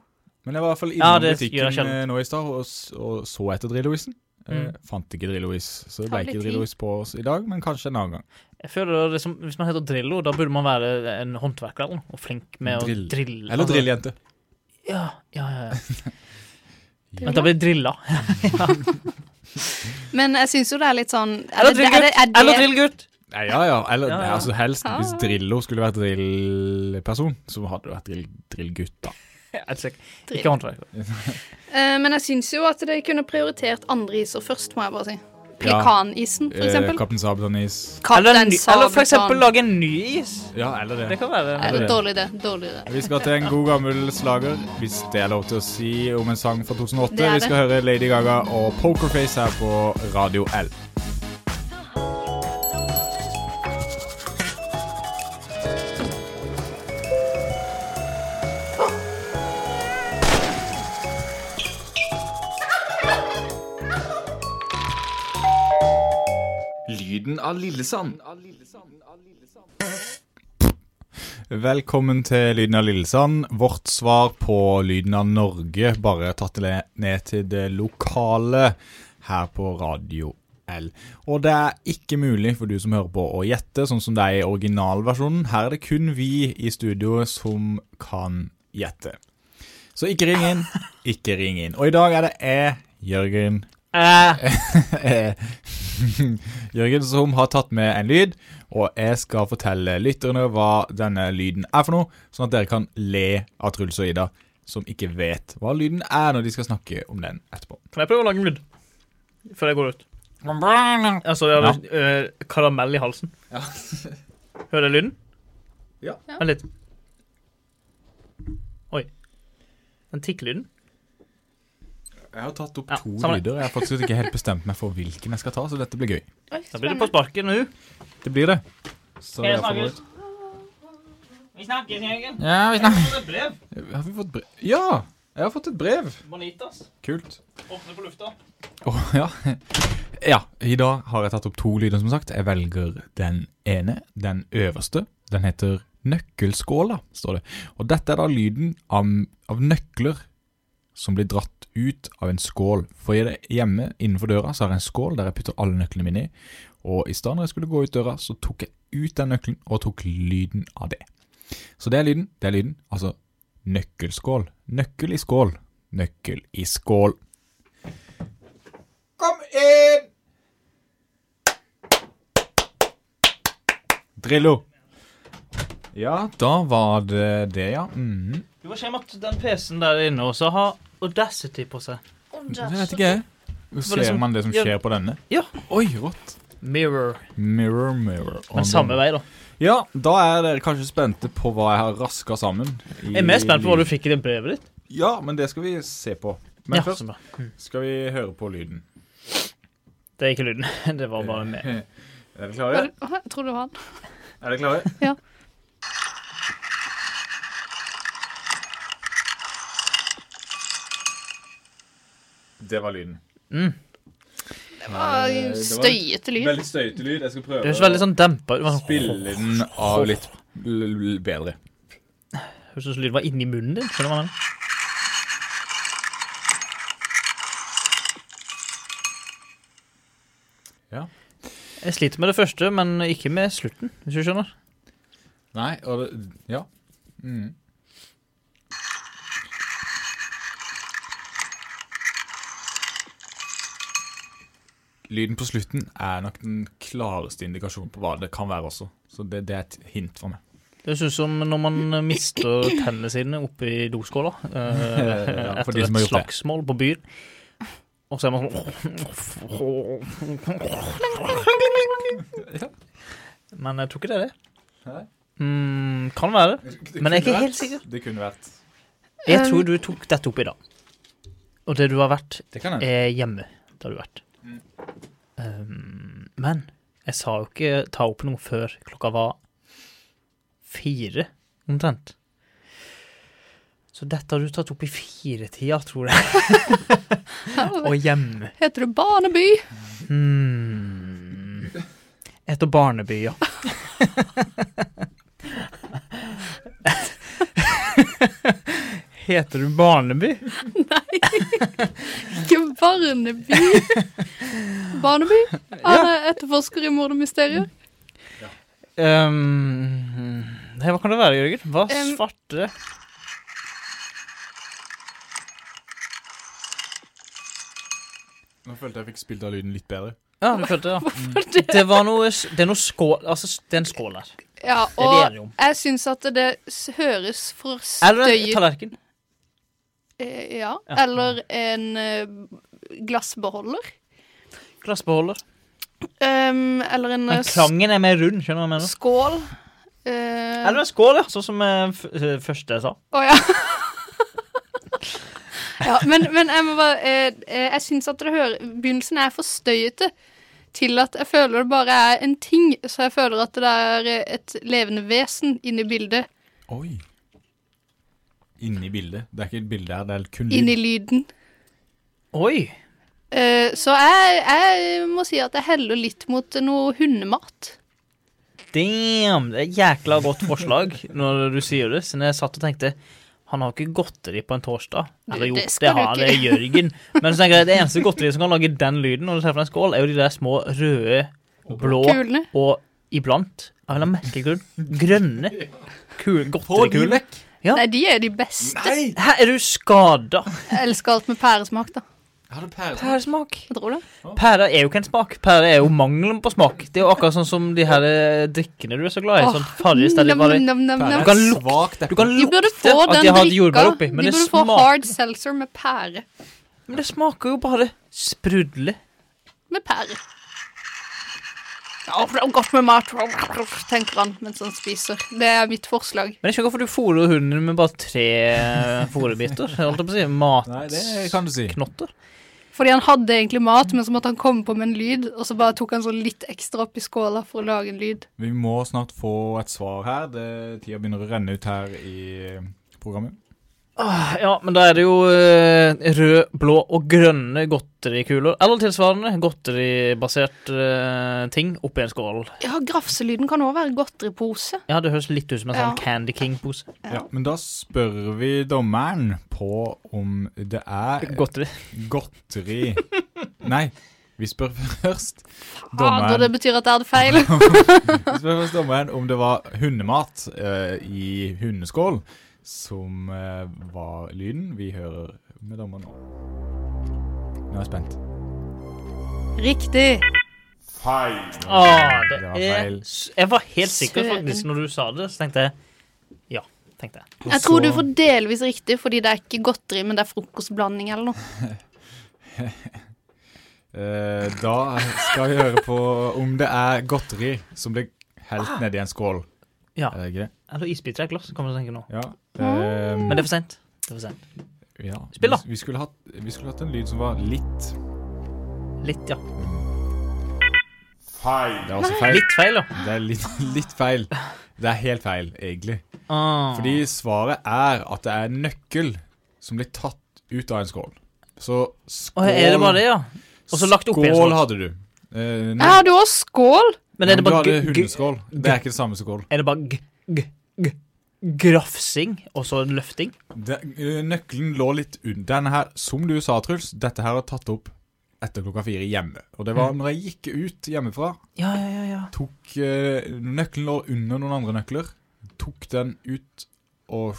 A: Men jeg var i hvert fall
D: Ja,
A: innom
D: det gjør jeg
A: butikken
D: sjelden.
A: eh, nå i stad og, s- og så etter Drillo-isen. Eh,
D: Mm.
A: fant ikke Drillo-is, så det
B: Tar
A: ble
B: litt
A: ikke
B: tid.
A: Drillo-is på oss i dag, men kanskje en annen gang.
D: Jeg føler det som, Hvis man heter Drillo, da burde man være en håndverker eller noe, og flink med
A: Drill.
D: å drille.
A: Eller drilljente.
D: Ja, ja, ja. ja. Men da blir det drilla.
B: Men jeg syns jo det er litt sånn er
D: Eller
B: det, er det, er
D: drillgutt! Eller
B: det,
D: drillgutt!
A: Nei, ja, ja. Eller,
D: Ja, ja.
A: Altså, helst
B: Ah.
A: hvis Drillo skulle vært drillperson, så hadde det vært drill, drillgutt, da.
D: Jeg er sikker.
B: Drill.
D: Ikke håndverker.
B: Eh, Men jeg syns jo at de kunne prioritert andre iser først, må jeg bare si.
A: Ja.
B: Pelikanisen, for
A: Eh,
B: eksempel.
A: Kaptein Sabeltann-is.
D: Eller,
B: Kaptein
D: en ny, eller for eksempel
B: Sabeltann.
D: lage en ny is.
A: Ja, eller
D: Det kan være
B: Nei, det
A: eller-
B: er Dårlig idé. Dårlig idé.
A: Vi skal til en god gammel slager, hvis det er lov til å si om en sang fra 2008.
B: Det er
A: Vi skal høre Lady Gaga og Pokerface her på Radio L. Lyden av Lillesand. Velkommen til Lyden av Lillesand. Vårt svar på Lyden av Norge, bare tatt det ned til det lokale her på Radio L. Og det er ikke mulig for du som hører på å gjette, sånn som det er i originalversjonen. Her er det kun vi i studio som kan gjette. Så ikke ring inn, ikke ring inn. Og i dag er det jeg, Jørgen,
D: Eh,
A: Eh, Jørgen som har tatt med en lyd, og jeg skal fortelle lytterne hva denne lyden er for noe, sånn at dere kan le av Truls og Ida, som ikke vet hva lyden er når de skal snakke om den etterpå.
D: kan jeg prøve å lage en lyd? Før jeg går ut. Altså, jeg har eh, karamell i halsen. Hører jeg lyden?
A: Ja.
D: Vent litt. Oi. Den tikkelyden.
A: Jeg har tatt opp
D: Ja,
A: to
D: samme det.
A: lyder. Jeg har faktisk ikke helt bestemt meg for hvilken jeg skal ta, så dette blir gøy.
D: Da blir det på sparket nå.
A: Det blir det. Så
D: Skal jeg
A: jeg får
D: snakke?
A: ut.
D: Vi snakkes, Jørgen.
A: Ja, vi snakker.
D: Et brev.
A: Har vi fått brev? Ja! Jeg har fått et brev.
D: Bonitas.
A: Kult.
D: Åpne på lufta.
A: Åh, ja. ja. I dag har jeg tatt opp to lyder, som sagt. Jeg velger den ene, den øverste. Den heter nøkkelskåla, står det. Og dette er da lyden av, av nøkler som blir dratt ut av en skål. For jeg er hjemme innenfor døra så har jeg en skål der jeg putter alle nøklene mine i. Og i stedet når jeg skulle gå ut døra, så tok jeg ut den nøkkelen og tok lyden av det. Så det er lyden. Det er lyden. Altså nøkkelskål. Nøkkel i skål. Nøkkel i skål. Kom inn! Drillo. Ja, da var det det, ja. Mhm.
D: Du må skjemme at den PC-en der inne også har Audacity på seg.
A: Det vet ikke jeg. Hvor
D: var
A: ser
D: liksom-
A: man det som
D: Ja.
A: skjer på denne?
D: Ja.
A: Oi, rått.
D: Mirror.
A: Mirror, mirror. on
D: Men samme
A: the-
D: vei, da.
A: Ja, da er dere kanskje spente på hva jeg har raska sammen. i-
D: Jeg er mer spent på hva du fikk i det brevet ditt.
A: Ja, men det skal vi se på. Men
D: Ja,
A: først
D: så bra.
A: skal vi høre på lyden.
D: Det er ikke lyden. Det var bare meg.
A: Er dere klare?
B: Åh, Jeg tror det var han.
A: Er dere klare?
B: Ja.
A: Det var lyden.
B: Det var en
A: det var-
B: støyete lyd.
A: Veldig støyete lyd. Jeg skal prøve
D: Det høres veldig sånn dempa ut. Det var
A: å
D: sånn-
A: spille den av litt l- l- bedre.
D: Høres ut som lyden var inni munnen din. Skjønner du hva jeg mener?
A: Ja.
D: Jeg sliter med det første, men ikke med slutten, hvis du skjønner.
A: Nei, og det, Ja. Mm. Lyden på slutten er nok den klareste indikasjonen på hva det kan være også. Så det, det er et hint for meg.
D: Det synes som når man mister tennene sine oppi doskåla eh,
A: Ja, for
D: etter
A: de som
D: et
A: har gjort det.
D: slagsmål på byen. Og så er man sånn Men jeg tror ikke det er det.
A: Nei.
D: Mm, kan være det. Men jeg er ikke helt sikker.
A: Det kunne vært.
D: Jeg
B: Um,
D: tror du tok dette opp i dag. Og det du har vært,
A: Det kan jeg.
D: er Eh, hjemme. Det har du vært. Um, men jeg sa jo ikke ta opp noe før klokka var fire, omtrent. Så dette har du tatt opp i firetida, tror jeg. Og hjemme.
B: Heter det Barneby?
D: Hmm. Etter Barneby, ja. Heter du Barneby?
B: Ikke Barneby. Barneby? Han er etterforsker i mord og mysterier.
D: Um, nei, hva kan det være, Jørgen? Hva
B: Um,
D: svarte
A: Nå følte jeg fikk spilt av lyden litt bedre.
D: Ja, du følte det, ja. Det var noe s- Det er noe skål Altså, s- det er en skål der.
B: Ja,
D: Det er vi
B: og
D: enige om.
B: jeg syns at det s- høres for
D: Eller en
B: støyet
D: tallerken.
B: Eh, Ja.
D: Ja.
B: Eller en eh, glassbeholder.
D: Glassbeholder.
B: Um, eller en eh,
D: Men klangen er mer rund, skjønner du hva jeg mener?
B: skål. Eh,
D: Eller en skål, ja. Sånn som eh, f eh, første jeg sa.
B: Å ja. ja men, men jeg må bare eh, eh, Jeg syns at det hører Begynnelsen er for støyete til at jeg føler det bare er en ting. Så jeg føler at det er eh, et levende vesen inni bildet.
A: Oi. Inni bildet. Det er ikke et bilde her, det er kun
B: Inni
A: lyd.
B: lyden.
D: Oi.
B: Eh, så jeg, jeg må si at jeg heller litt mot noe hundemat.
D: Damn. Det er et jækla godt forslag når du sier det. Siden jeg satt og tenkte han har ikke godteri på en torsdag. Eller jo,
B: det
D: det,
B: skal du
D: har
B: ikke.
D: det er Jørgen. Men så tenker jeg det eneste godteriet som kan lage den lyden når du treffer en skål, er jo de der små røde, blå
B: Kulene.
D: og iblant, av en eller annen merkelig grunn, grønne kul, godterikuler. Ja.
B: Nei, de er de beste.
A: Nei!
D: Her er du skada.
B: Jeg elsker alt med pæresmak, da.
A: Har du pære?
D: Pæresmak.
B: Jeg tror det.
D: Pære er jo ikke en smak. Pære er jo mangelen på smak. Det er jo akkurat sånn som de her eh, drikkene du er så glad i.
B: Åh,
D: Sånn Farris der de
B: Nam,
D: bare
B: nam, nam,
A: Pære
B: nam.
D: kan
A: er
D: lukte-
A: svakt
D: Du
A: eple.
D: kan
B: De burde
D: lukte
B: få
D: at
B: den
D: de hadde
B: drikka.
D: jordbær oppi, men
B: de
D: det,
B: burde få
D: smaker,
B: hard seltzer med pære.
D: men det smaker jo bare sprudle.
B: Med pære. Å, det er godt med mat, tenker han mens han spiser. Det er mitt forslag.
D: Men jeg skjønner ikke hvorfor du fôrer hunden med bare tre eh, fôrebiter. Jeg holdt på å si
A: Nei, det kan du si.
D: matknotter.
B: Fordi han hadde egentlig mat, men så måtte han komme på med en lyd, og så bare tok han sånn litt ekstra opp i skåla for å lage en lyd.
A: Vi må snart få et svar her. Det, tida begynner å renne ut her i eh, programmet.
D: Ja, men da er det jo eh, rød, blå og grønne godterikuler, eller tilsvarende godteribasert eh, ting, oppi en skål.
B: Ja, grafselyden kan òg være godteripose.
D: Ja, det høres litt ut som en
B: Ja.
D: sånn Candy King-pose.
A: Ja, men da spør vi dommeren på om det er
D: Godteri.
A: godteri Nei, vi spør først
B: Fader, det
A: dommeren,
B: betyr at jeg hadde feil.
A: vi spør først dommeren om det var hundemat eh, i hundeskål som eh, var lyden. Vi hører med dommeren nå. Nå er jeg spent.
B: Riktig.
D: Ah,
A: Det
D: det
A: var
D: er
A: feil.
D: Jeg var helt sikker,
B: Søren.
D: faktisk, når du sa det. Så tenkte jeg Ja, tenkte jeg.
B: Jeg
A: så-
B: tror du får delvis riktig, fordi det er ikke godteri, men det er frokostblanding eller noe.
A: Eh, da skal vi høre på om det er godteri som ble helt nedi en skål.
D: Ja.
A: Er det ikke det?
D: Eller isbiter i et glass, kan man tenke nå.
A: Ja. Eh,
D: Men det er for sent. Det er for sent.
A: ja.
D: Spill da.
A: Vi, vi, skulle hatt, vi skulle hatt en lyd som var litt
D: Litt, ja.
A: Det er også feil.
D: Litt feil, ja.
A: Det er litt, litt feil. Det er helt feil, egentlig.
D: Ah.
A: Fordi svaret er at det er en nøkkel som blir tatt ut av en skål. Så
D: Å,
A: skål
D: er det bare det, ja? Og så lagt oppi en skål.
A: Skål hadde du. Eh,
B: Jeg
A: nei,
B: hadde òg skål.
D: Men er det
A: du
D: bare,
A: hadde
D: g- g-
A: hundeskål. Det er ikke det samme som skål.
D: er det bare g g g grafsing og så løfting?
A: Det, eh, nøkkelen lå litt under. Denne her, som du sa, Truls, dette her er tatt opp etter klokka fire hjemme. Og det var når jeg gikk ut hjemmefra,
D: Mm. Ja, ja, ja. ja.
A: tok eh, Nøkkelen lå under noen andre nøkler. Tok den ut og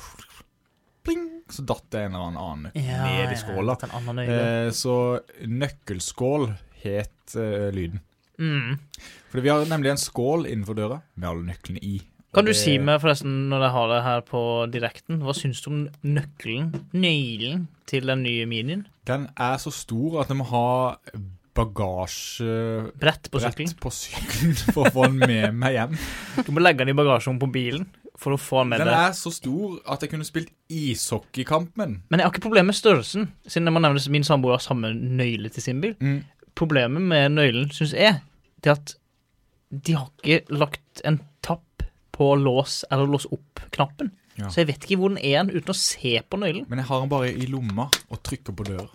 A: Pling! Så datt det en eller annen nøkkel
D: ja
A: ned i skåla.
D: Ja, en annen øye.
A: Eh, så nøkkelskål het eh, lyden.
D: mm.
A: Fordi vi har nemlig en skål innenfor døra med alle nøklene i.
D: Kan du si meg forresten, når jeg har det her på direkten, hva syns du om nøkkelen, nøkkelen, til den nye minien?
A: Den er så stor at den må ha bagasjebrett
D: Brett på sykkelen.
A: på sykkelen for å få den med meg hjem.
D: Du må legge den i bagasjerommet på bilen for å få den med
A: Den
D: deg.
A: er så stor at jeg kunne spilt ishockeykamp med den.
D: Men jeg har ikke problem med størrelsen, siden det må nevnes at min samboer har samme nøyle til sin bil.
A: Mm.
D: Problemet med nøkkelen, syns jeg, det er at de har ikke lagt en tapp på lås eller lås opp-knappen.
A: Ja.
D: Så jeg vet ikke hvor den er hen, uten å se på nøkkelen.
A: Men jeg har den bare i lomma og trykker på døra.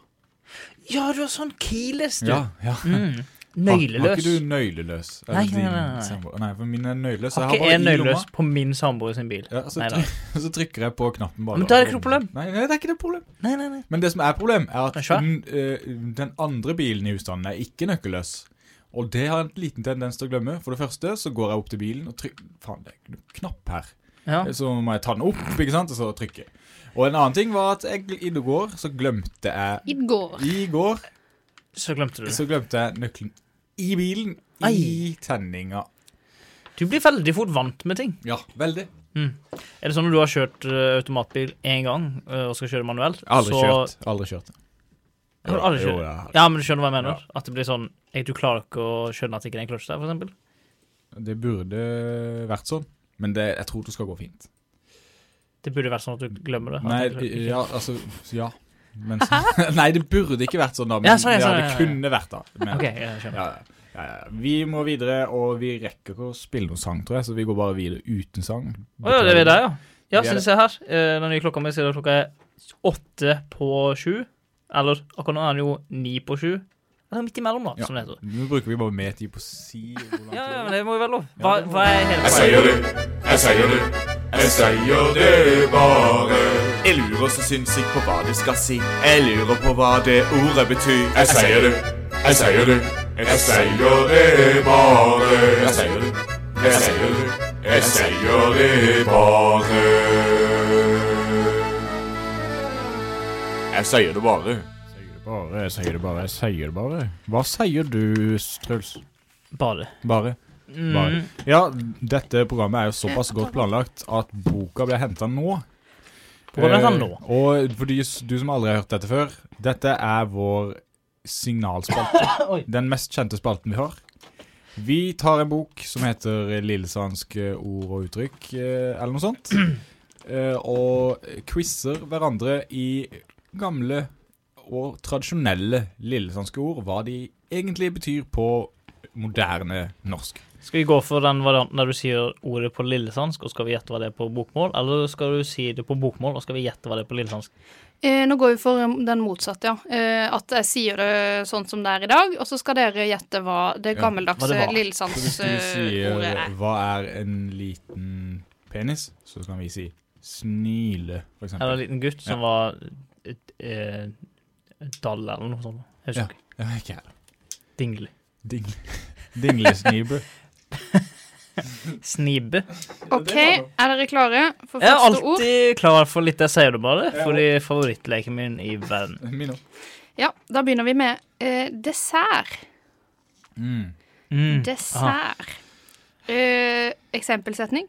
D: Ja, du har sånn keyless, du.
A: Ja, ja.
D: Mm.
A: Har- Har
D: Nøyleløs.
A: ikke du nøyleløs? Er
D: Nei,
A: det
D: nei,
A: din
D: nei, nei.
A: samboer? nei, for min er nøyleløs. så
D: Har
A: jeg
D: ikke
A: har
D: en
A: bare i
D: nøyleløs
A: lomma.
D: på min samboer sin bil.
A: Ja, altså, så,
D: Nei,
A: tryk, så trykker jeg på knappen bare.
D: Men da er det ikke noe problem.
A: Nei, nei, det er ikke noe problem.
D: Nei, nei, nei.
A: Men det som er problem, er at
D: Den er svær.
A: den, eh, den andre bilen i husstanden er ikke nøkkelløs. Og det har en liten tendens til å glemme. For det første så går jeg opp til bilen og trykker Faen, det er ikke noen knapp her.
D: Ja.
A: Så må jeg ta den opp, ikke sant, og så trykke. Og en annen ting var at jeg gl- i går så glemte jeg
B: I går.
A: I går
D: Så glemte du det.
A: så glemte jeg nøkkelen i bilen. I tenninga.
D: Du blir veldig fort vant med ting.
A: Ja, veldig.
D: Er det sånn når du har kjørt ø, automatbil én gang ø, og skal kjøre manuelt
A: Aldri
D: så,
A: kjørt. Aldri kjørt.
D: Har du aldri
A: Jo,
D: kjørt?
A: jo, jeg har.
D: Ja, men du skjønner hva jeg mener? At det blir sånn jeg, Du klarer ikke å skjønne at det ikke er en kløtsj der, for eksempel.
A: Det burde vært sånn, men det, jeg tror det skal gå fint.
D: Det burde vært sånn at du glemmer det. at
A: Nei,
D: du ikke-
A: ja, altså Ja. Men, så- nei, det burde ikke vært sånn, da. Men
D: Ja, sånn, ja, sånn,
A: det
D: ja, ja, ja.
A: kunne vært da. Men,
D: Ok, jeg skjønner.
A: ja, ja, ja, ja. Vi må videre, og vi rekker ikke å spille noen sang, tror jeg, så vi går bare videre uten sang.
D: Å ja, det er vi der, ja. Ja,
A: Vi er
D: så
A: det.
D: se her. Eh, Den nye klokka mi sier at klokka er åtte på sju. Eller akkurat nå er den jo ni på sju. Eller midt imellom, da,
A: Ja.
D: som det heter.
A: Nå bruker vi bare mer tid på å si hvor lang
D: Ja, ja,
A: tid det
D: men
A: er.
D: det må jo være lov. Hva, hva er hele
E: Jeg sier det, jeg sier det, jeg sier det bare.
I: Jeg lurer så sinnssykt på hva det skal si. Jeg lurer på hva det ordet betyr.
E: Jeg sier det, jeg sier det, jeg sier det bare. Jeg sier det, jeg sier det, jeg sier det bare. Jeg sier det bare.
A: Sier det bare, jeg sier det bare, jeg sier det bare. Hva sier du, Truls?
D: Bare.
A: Bare.
D: Mm.
A: Bare. Ja, dette programmet er jo såpass godt planlagt at boka ble henta nå.
D: Programmet er hentet nå.
A: Eh, og for de, s- du som aldri har hørt dette før, dette er vår signalspalte.
D: Oi.
A: Den mest kjente spalten vi har. Vi tar en bok som heter 'Lillesandske ord og uttrykk', eh, eller noe sånt, eh, og quizer hverandre i gamle og tradisjonelle lillesandske ord, hva de egentlig betyr på moderne norsk.
D: Skal vi gå for den varianten der du sier ordet på lillesandsk, og skal vi gjette hva det er på bokmål? Eller skal du si det på bokmål, og skal vi gjette hva det er på lillesandsk?
B: Eh, nå går vi for um, den motsatte, ja. Eh, at jeg sier det sånn som det er i dag, og så skal dere gjette hva det
A: Ja,
B: gammeldagse
D: hva det var.
A: Så hvis du
B: Lillesandsordet
A: sier
B: er.
A: 'hva er en liten penis', så kan vi si 'snyle', for eksempel.
D: Eller en liten gutt som var eh, dall eller noe sånt. Jeg husker ikke.
A: Ja, ikke her.
D: Dingle.
A: Ding. Dinglesnibe.
D: Snibbe.
B: OK, er dere klare for
D: Jeg er
B: første ord?
D: alltid klar for litt Jeg sier det bare, fordi favorittleken min i verden.
A: Min òg.
B: Ja, da begynner vi med eh, dessert.
A: Mm.
D: Mm.
B: Dessert. Eh, eksempelsetning.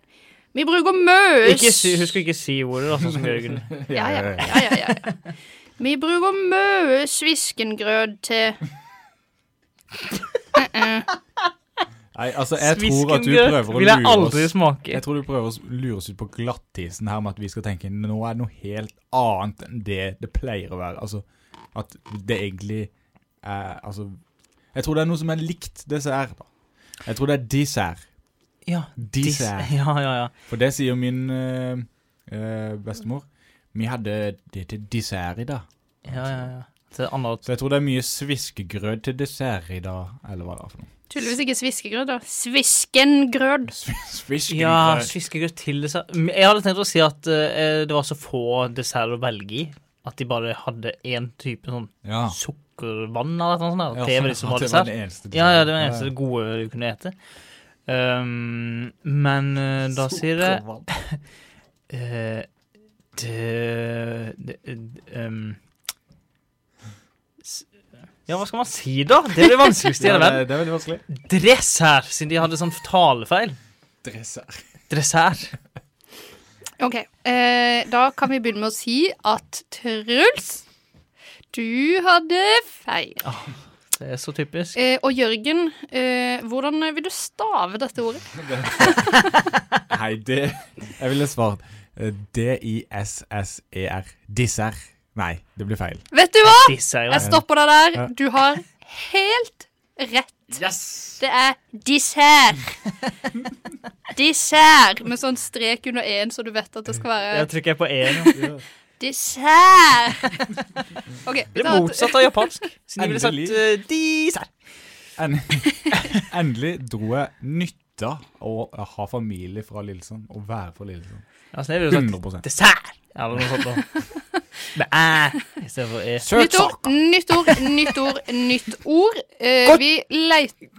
B: Vi bruker møs.
D: Ikke si, husk å ikke si ordet, da, sånn som Jørgen.
B: Ja, ja, ja, ja, ja, ja. Vi bruker mye sviskengrøt til
A: Nei, altså, jeg tror at du
D: Sviskengrøt
A: prøver å
D: vil jeg
A: lure
D: aldri
A: oss
D: smake.
A: jeg tror du prøver å lure oss ut på glattisen her med at vi skal tenke nå er det noe helt annet enn det det pleier å være. Altså, at det egentlig er Altså, jeg tror det er noe som er likt dessert, da. Jeg tror det er dessert.
D: Ja, dis-
A: Dessert.
D: Ja, ja, ja.
A: For det sier min eh, eh, bestemor. Vi hadde det til dessert i dag.
D: ja, ja, ja. Til andre
A: Så jeg tror det er mye sviskegrøt til dessert i dag, eller hva det er for noe.
B: Tydeligvis ikke sviskegrøt, da. Sviskengrøt.
D: Ja,
A: Sviskegrøt.
D: fiskegrøt til dessert. Men Jeg hadde tenkt å si at eh, det var så få desserter å velge i. At de bare hadde én type sånn
A: Ja.
D: sukkervann eller noe sånt. Der.
A: Ja,
D: det var
A: sånn,
D: det som var
A: at det var
D: dessert.
A: den eneste
D: Ja, ja, det var det
A: desserten.
D: eneste gode du kunne ete. Um, men eh, da sier jeg eh, det, det, eh, um, s- Ja, hva skal man si, da? Det er det vanskeligste i
A: Ja,
D: hele
A: det,
D: verden.
A: er- det er veldig vanskelig.
D: Dress her, siden de hadde sånn talefeil.
A: Dessert.
D: dessert.
B: OK. Eh, da kan vi begynne med å si at Truls, du hadde feil.
D: Det er så typisk.
B: Eh, og Jørgen, eh, hvordan vil du stave dette ordet?
A: Nei, det Jeg ville svart eh, D-I-S-S-E-R. Disser. E Nei, det blir feil.
B: Vet du hva?
D: Dessert.
B: Jeg stopper deg der. Du har helt rett. Det er dessert. Dessert med sånn strek under én, så du vet at det skal være
D: Jeg trykker på E én.
B: dessert. OK. Vi
D: Det er
B: tar et-
D: motsatt av japansk. Siden de ville sagt
A: Endelig.
D: eh, dessert.
A: En, endelig dro jeg nytte av å ha familie fra Lillesand og være fra Lillesand.
D: Altså, jeg ville jo
A: 100
D: sagt dessert. Eller noe sånt. da. Med æ i stedet for e.
B: Nytt ord, nytt ord, nytt ord, nytt ord. Eh, vi leter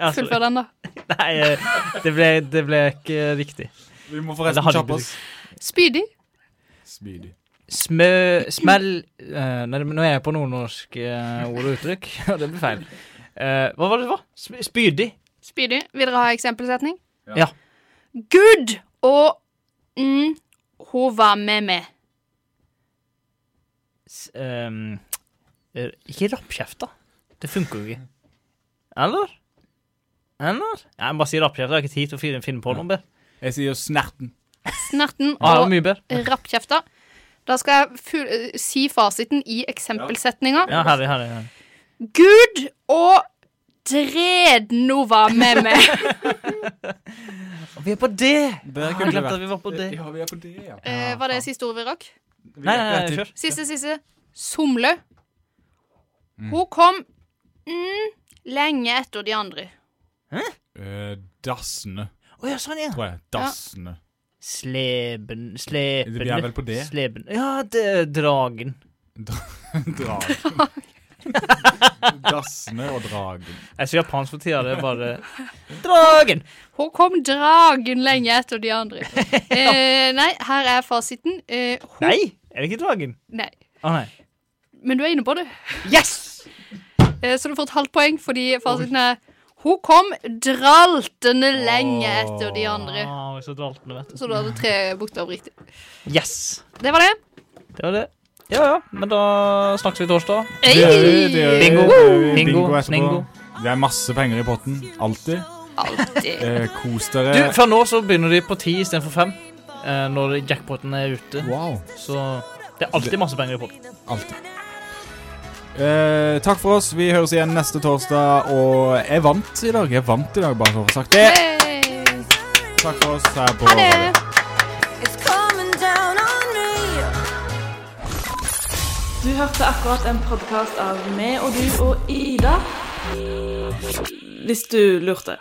D: Altså,
B: Fullfør den, da.
D: nei, eh, det ble, det ble ikke riktig.
A: Vi må
D: Det
A: forresten
D: hadde
A: kjappe oss.
B: Spydig.
A: Spydig.
D: Smø... Smell eh, Nei, men nå er jeg på nordnorsk eh, ord og uttrykk, og det blir feil. Eh, hva var det det var? Sp- Spydig.
B: Spydig. Vil dere ha eksempelsetning?
D: Ja.
B: Gud og mm, hun var med meg.
D: S- ehm, eh, ikke rappkjefta. Det funker jo ikke. Eller? Eller? Nei, Jeg må bare si rappkjefta. Jeg har ikke tid til å finne- finne på noe bedre.
A: Jeg sier snerten.
B: Snerten
D: Ah, det
B: og
D: var mye bedre.
B: rappkjefta. Da skal jeg fu eh, si fasiten i eksempelsetninga.
D: Ja, herlig, herlig, herlig.
B: Gud og Drednova med meg.
D: Og vi er på det!
A: Der
D: Jeg
A: kunne det
D: Ah, glemte at
A: vært.
D: vi var på det.
A: Ja, vi er på det, ja.
B: Eh, var det siste ordet vi rakk?
A: Vi
D: Nei,
A: er
D: nei,
A: på
D: nei,
A: det.
D: kjør.
B: Siste, siste. Somle. Hun kom mm, lenge etter de andre.
A: Eh, dassene,
D: Å ja, sånn, ja.
A: tror jeg. Dassene.
D: Sleben
A: Vi er vel
D: Slepende
A: på det.
D: Sleben. Ja, det, dragen.
A: Dragen. dassene og dragen.
D: Jeg er så japansk for tida. Det er bare Dragen!
B: Hun kom dragen lenge etter de andre. Eh, nei, her er fasiten. Eh, hun,
D: Nei, er det ikke dragen?
B: nei.
D: Å nei.
B: Men du er inne på det.
D: Yes!
B: Eh, så du får et halvt poeng fordi fasiten er Hun kom draltende lenge etter de andre.
D: Ah, så dvaltende, vet du.
B: Så du hadde tre bokstaver riktig.
D: Yes!
B: Det var det.
D: Det var det. Ja ja, men da snakkes vi torsdag.
B: Hey!
A: Det gjør vi, det gjør vi.
D: Bingo.
A: Det gjør vi.
D: Bingo,
A: Bingo etterpå.
D: bingo.
A: Det er masse penger i potten. Alltid.
B: Alltid.
A: Eh, kos
D: Du,
A: dere.
D: Fra nå så begynner de på ti istedenfor fem. eh, Når jackpoten er ute.
A: Wow.
D: Så det er alltid masse penger i potten.
A: Alltid. Eh, takk for oss. Vi høres igjen neste torsdag. Og jeg vant i dag. Jeg vant i dag, bare for å få sagt det.
B: Hey!
A: Takk for oss her på
B: Ha det!
F: Du hørte akkurat en podkast av meg og du og Ida. Hvis du lurte.